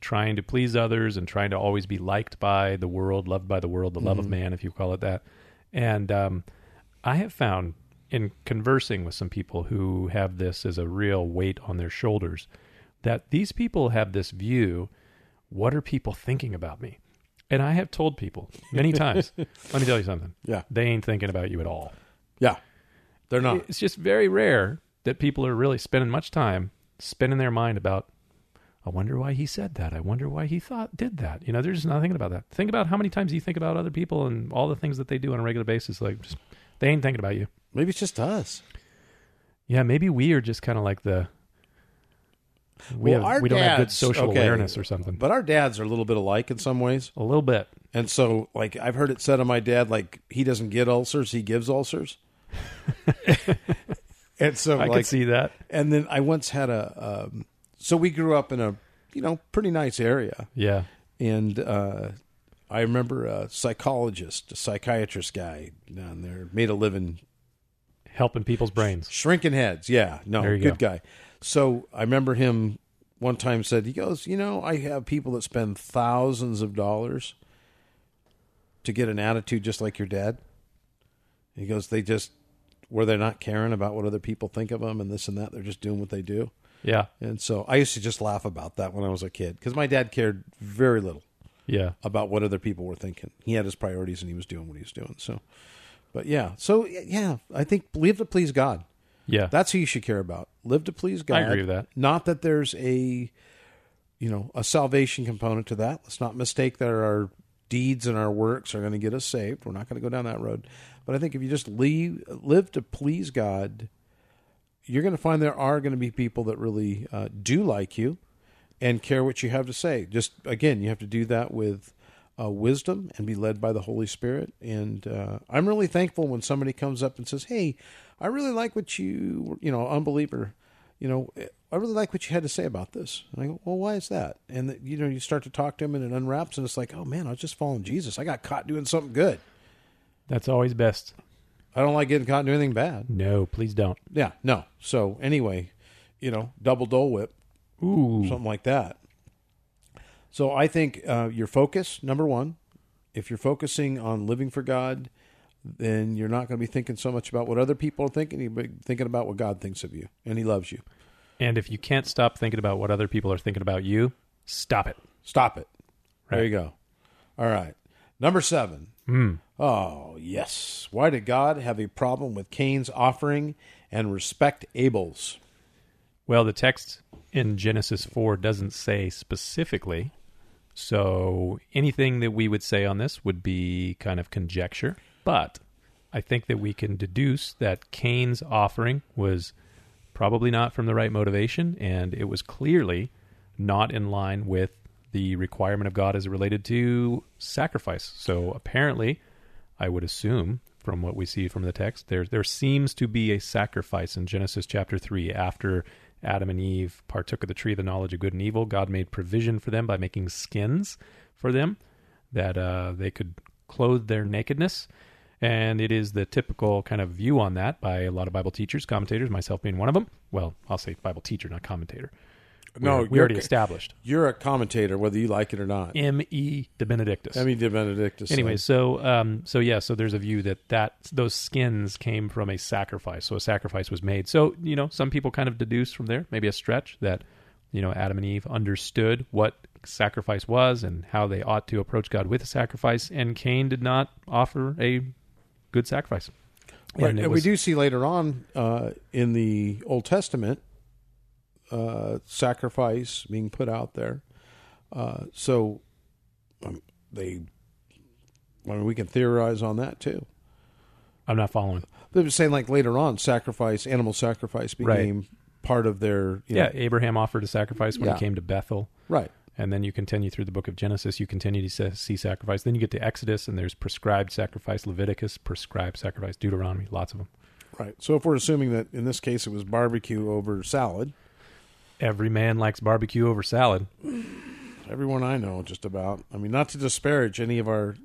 A: trying to please others and trying to always be liked by the world, loved by the world, the love
B: Mm-hmm.
A: of man, if you call it that. And um, I have found in conversing with some people who have this as a real weight on their shoulders that these people have this view what are people thinking about me? And I have told people many times, let me tell you something
B: yeah,
A: they ain't thinking about you at all.
B: yeah, they're not.
A: It's just very rare that people are really spending much time spinning their mind about I wonder why he said that. I wonder why he thought did that. You know, they're just not thinking about that. Think about how many times you think about other people and all the things that they do on a regular basis. Like just, they ain't thinking about you.
B: Maybe it's just us.
A: Yeah, maybe we are just kind of like the We
B: Well, our
A: have, we don't have good
B: dads-
A: social
B: okay.
A: awareness or something.
B: But our dads are a little bit alike in some ways.
A: a little bit.
B: And so, like, I've heard it said of my dad, like, he doesn't get ulcers, he gives ulcers. and so,
A: I
B: like,
A: could see that.
B: and then I once had a, um, so we grew up in a, you know, pretty nice area.
A: Yeah.
B: And uh, I remember a psychologist, a psychiatrist guy down there made a living
A: Helping people's brains.
B: Shrinking heads, yeah. No,
A: There you
B: good guy. So I remember him one time said, he goes, You know, I have people that spend thousands of dollars to get an attitude just like your dad. He goes, They just, where they're not caring about what other people think of them and this and that. They're just doing what they do.
A: Yeah.
B: And so I used to just laugh about that when I was a kid because my dad cared very little
A: Yeah.
B: about what other people were thinking. He had his priorities and he was doing what he was doing. So, but yeah. So, yeah, I think live to please God.
A: Yeah.
B: That's who you should care about. Live to please God.
A: I agree with that.
B: Not that there's a, you know, a salvation component to that. Let's not mistake that our deeds and our works are going to get us saved. We're not going to go down that road. But I think if you just leave, live to please God, you're going to find there are going to be people that really uh, do like you and care what you have to say. Just again, you have to do that with uh, wisdom and be led by the Holy Spirit. And uh, I'm really thankful when somebody comes up and says, "Hey, I really like what you, you know, unbeliever, you know, I really like what you had to say about this." And I go, "Well, why is that?" And that you know, you start to talk to him, and it unwraps, and it's like, "Oh man, I was just following Jesus. I got caught doing something good.
A: That's always best.
B: I don't like getting caught doing anything bad."
A: No, please don't.
B: Yeah, no. So anyway, you know, double dole whip.
A: Ooh.
B: something like that. So I think uh, your focus, number one, if you're focusing on living for God, then you're not going to be thinking so much about what other people are thinking. You'll be thinking about what God thinks of you, and He loves you.
A: And if you can't stop thinking about what other people are thinking about you, stop it.
B: Stop it. There
A: Right. Hmm.
B: you go. All right. Number seven. Oh, yes. Why did God have a problem with Cain's offering and respect Abel's?
A: Well, the text in Genesis 4 doesn't say specifically. So anything that we would say on this would be kind of conjecture. But I think that we can deduce that Cain's offering was probably not from the right motivation, and it was clearly not in line with the requirement of God as related to sacrifice. So apparently, I would assume from what we see from the text, there there seems to be a sacrifice in Genesis chapter three after Adam and Eve partook of the tree of the knowledge of good and evil. God made provision for them by making skins for them that uh, they could clothe their nakedness. And it is the typical kind of view on that by a lot of Bible teachers, commentators, myself being one of them. Well, I'll say Bible teacher, not commentator.
B: No,
A: we we
B: you're-
A: already established.
B: You're a commentator, whether you like it or not.
A: M. E. De Benedictus.
B: I mean, De Benedictus.
A: Anyway, so um, so yeah, so there's a view that that those skins came from a sacrifice, so a sacrifice was made. So you know, some people kind of deduce from there, maybe a stretch that you know Adam and Eve understood what sacrifice was and how they ought to approach God with a sacrifice, and Cain did not offer a good sacrifice.
B: Right,
A: And
B: and,
A: it
B: we
A: was-
B: do see later on uh, in the Old Testament uh, sacrifice being put out there. Uh, so um, they, I mean, we can theorize on that too.
A: I'm not following.
B: They were saying like later on, sacrifice, animal sacrifice
A: Right.
B: became part of their you
A: Yeah,
B: know,
A: Abraham offered a sacrifice when
B: Yeah.
A: he came to Bethel.
B: right.
A: and then you continue through the book of Genesis. You continue to sa- see sacrifice. Then you get to Exodus, and there's prescribed sacrifice. Leviticus, prescribed sacrifice. Deuteronomy, lots of them.
B: Right. So if we're assuming that in this case it was barbecue over salad,
A: Every man likes barbecue over salad.
B: everyone I know just about. I mean, not to disparage any of our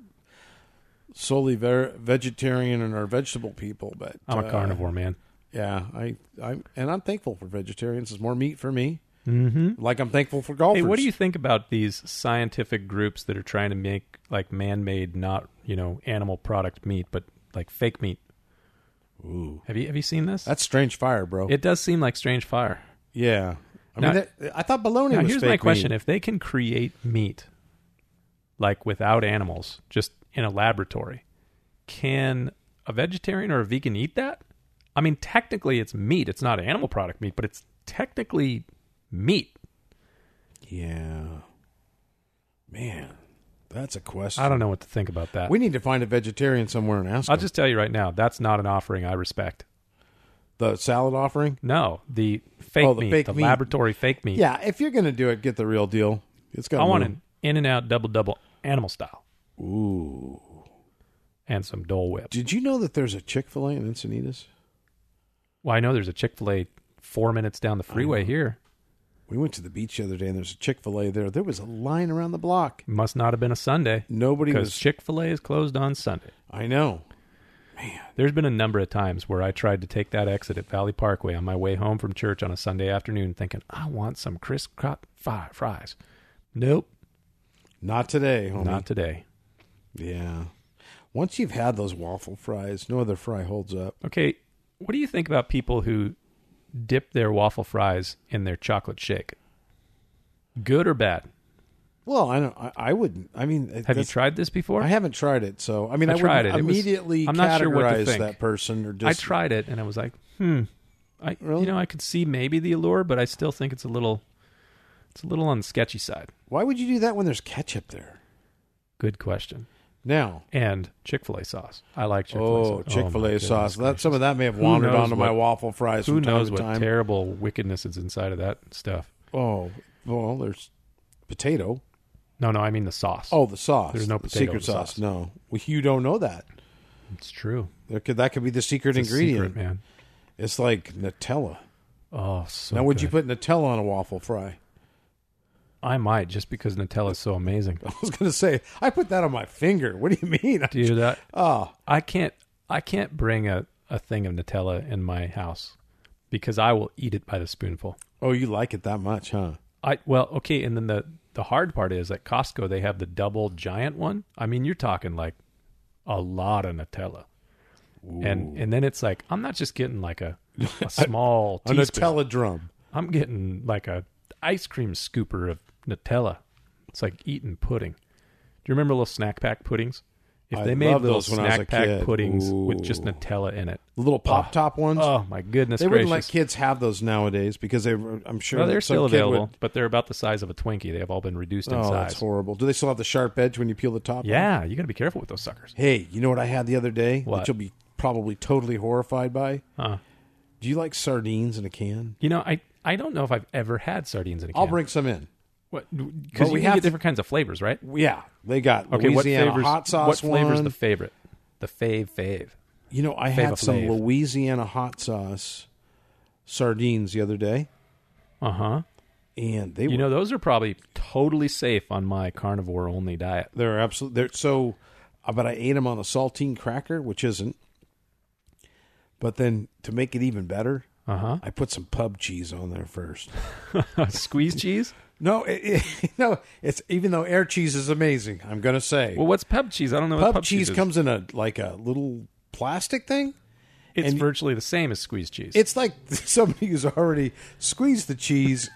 B: solely ver- vegetarian and our vegetable people, but
A: I'm
B: uh,
A: a carnivore man.
B: Yeah, I, I, and I'm thankful for vegetarians. It's more meat for me.
A: Mm-hmm.
B: Like I'm thankful for golfers.
A: Hey, what do you think about these scientific groups that are trying to make like man-made, not you know, animal product meat, but like fake meat?
B: Ooh,
A: Have you have you seen this?
B: that's strange fire, bro.
A: it does seem like strange fire.
B: yeah, I
A: Now-
B: mean, that, I thought bologna
A: Now,
B: was
A: here's
B: fake
A: my question:
B: meat.
A: If they can create meat, like without animals, just in a laboratory, can a vegetarian or a vegan eat that? I mean, technically, it's meat. It's not animal product meat, but it's technically meat.
B: Yeah, man, that's a question.
A: I don't know what to think about that.
B: We need to find a vegetarian somewhere and ask.
A: I'll
B: them.
A: just tell you right now, that's not an offering I respect.
B: The salad offering?
A: No, the fake
B: Oh, the
A: meat,
B: fake
A: the
B: meat.
A: laboratory fake meat.
B: Yeah, if you're going to do it, get the real deal. It's got
A: I want an in and out double double animal style
B: Ooh.
A: and some Dole Whip.
B: Did you know that there's a Chick fil A in Encinitas?
A: Well, I know there's a Chick fil A four minutes down the freeway here.
B: We went to the beach the other day and there's a Chick fil A there. There was a line around the block.
A: Must not have been a Sunday
B: Nobody
A: because
B: was.
A: Chick fil A is closed on Sunday.
B: I know.
A: There's been a number of times where I tried to take that exit at Valley Parkway on my way home from church on a Sunday afternoon thinking, I want some crisp crop fi- fries. Nope,
B: Not today, homie.
A: not today.
B: Yeah. Once you've had those waffle fries, no other fry holds up.
A: Okay, what do you think about people who dip their waffle fries in their chocolate shake? Good or bad?
B: Well, I don't. I, I wouldn't. I mean, it-
A: Have you
B: that's-
A: tried this before?
B: I haven't tried it, so I mean,
A: I
B: I,
A: tried
B: wouldn't
A: it. It was-
B: immediately
A: I'm not
B: categorize
A: sure what to think.
B: that person or
A: I
B: just
A: tried it and I was like, hmm. I
B: Really?
A: you know I could see maybe the allure, but I still think it's a little it's a little on the sketchy side.
B: Why would you do that when there's ketchup there?
A: Good question.
B: Now,
A: And Chick Fil A sauce. I like Chick Fil A.
B: oh, Chick Fil A sauce. That some of that may have
A: Who
B: wandered
A: knows
B: onto my
A: what-
B: waffle fries.
A: Who
B: from time
A: knows
B: to
A: what
B: time.
A: terrible wickedness is inside of that stuff?
B: oh, well, there's potato.
A: No, no, I mean the sauce.
B: Oh, the sauce.
A: There's no
B: The
A: potato
B: secret
A: in the
B: sauce.
A: sauce.
B: No, well, you don't know that.
A: it's true.
B: There could, that could be the secret
A: It's a
B: ingredient.
A: secret, man.
B: It's like Nutella.
A: Oh, so
B: now, would you
A: good.
B: put Nutella on a waffle fry?
A: I might just because Nutella is so amazing,
B: I was going to say I put that on my finger. What do you mean?
A: dude. I,
B: Oh,
A: I can't. I can't bring a, a thing of Nutella in my house because I will eat it by the spoonful.
B: oh, you like it that much, huh?
A: I well, okay, and then the the hard part is at Costco they have the double giant one. I mean, you're talking like a lot of Nutella, and and then it's like I'm not just getting like a, a small
B: A
A: teaspoon.
B: Nutella drum.
A: I'm getting like a ice cream scooper of Nutella. It's like eating pudding. Do you remember little snack pack puddings? If
B: I
A: they made
B: loved
A: little
B: those when I was a
A: snack pack
B: kid.
A: puddings with just
B: Ooh.
A: Nutella in it,
B: The little pop top ones.
A: oh my goodness
B: they
A: gracious!
B: wouldn't let kids have those nowadays because they. were- I'm sure
A: Well,
B: that
A: they're
B: some
A: still
B: kid
A: available,
B: would-
A: but they're about the size of a Twinkie. They have all been reduced in
B: oh,
A: size.
B: that's horrible. Do they still have the sharp edge when you peel the top? off?
A: Yeah, you got to be careful with those suckers.
B: Hey, you know what I had the other day
A: What?
B: that you'll be probably totally horrified by?
A: Huh.
B: Do you like sardines in a can?
A: You know, I I don't know if I've ever had sardines in a can.
B: I'll bring some in.
A: what
B: Well,
A: because
B: we
A: we
B: have
A: have
B: to-
A: different kinds of flavors, right?
B: Yeah, they got
A: Okay,
B: Louisiana
A: what flavors?
B: hot sauce
A: what flavor's
B: one.
A: the favorite? The fave fave.
B: you know, I had
A: Fava
B: some
A: Flav?
B: Louisiana hot sauce sardines the other day,
A: Uh
B: Uh-huh.
A: huh.
B: and they
A: You
B: were
A: know, those are probably totally safe on my carnivore only diet.
B: They're absolutely they're so. uh, But I ate them on a saltine cracker, which isn't. But then to make it even better,
A: Uh
B: I put some pub cheese on there first.
A: huh. Squeeze cheese.
B: No, it, it- no, it's even though air cheese is amazing, I'm gonna say
A: Well, what's pub cheese? I don't know. what
B: pub,
A: pub
B: cheese,
A: is.
B: comes in a like a little plastic thing.
A: It's virtually the same as squeeze cheese.
B: It's like somebody who's already squeezed the cheese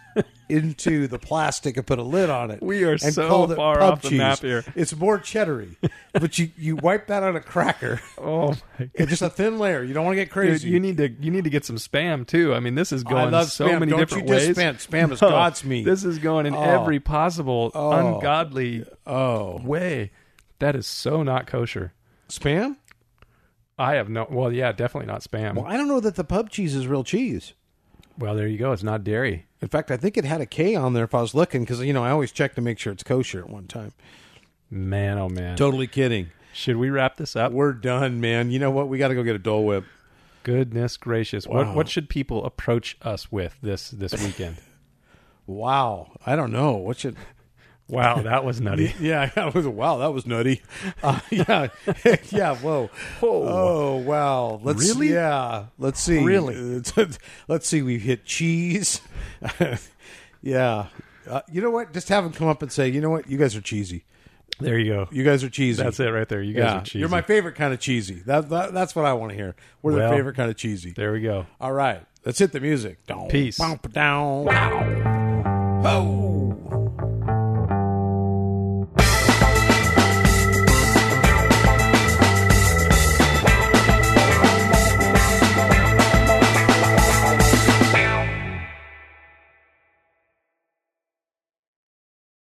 B: into the plastic and put a lid on it.
A: We are
B: and
A: so
B: called it
A: far
B: pub
A: off the map here.
B: It's more cheddary, but you you wipe that on a cracker.
A: oh my
B: It's just a thin layer. You don't want to get
A: Dude,
B: crazy.
A: you need to you need to get some spam too. I mean, this is going
B: I love
A: so
B: spam.
A: many
B: don't
A: different
B: you
A: ways.
B: Just spam. Spam is
A: No,
B: God's meat.
A: This is going in every possible ungodly
B: oh,
A: way. That is so not kosher.
B: spam.
A: I have no. Well, yeah, definitely not spam.
B: Well, I don't know that the pub cheese is real cheese.
A: Well, there you go. It's not dairy.
B: In fact, I think it had a K on there if I was looking because you know I always check to make sure it's kosher at one time.
A: Man, oh man.
B: Totally kidding.
A: Should we wrap this up?
B: We're done, man. You know what? We got to go get a Dole Whip.
A: Goodness gracious. What what should people approach us with this this weekend?
B: Wow. I don't know. What should?
A: wow, that was nutty.
B: Yeah, that was wow. That was nutty. Uh, yeah, yeah. Whoa. Oh wow. Let's
A: Really?
B: Yeah. Let's see.
A: Really?
B: let's see. We've hit cheese. yeah. Uh, you know what? Just have them come up and say, you know what? You guys are cheesy.
A: There you go.
B: You guys are cheesy.
A: That's it right there. You guys
B: yeah.
A: are cheesy.
B: You're my favorite kind of cheesy. That, that that's what I want to hear. We're
A: Well.
B: their favorite kind of cheesy.
A: there we go.
B: All right. Let's hit the music. Down,
A: Peace.
B: Bump down. Wow. Oh.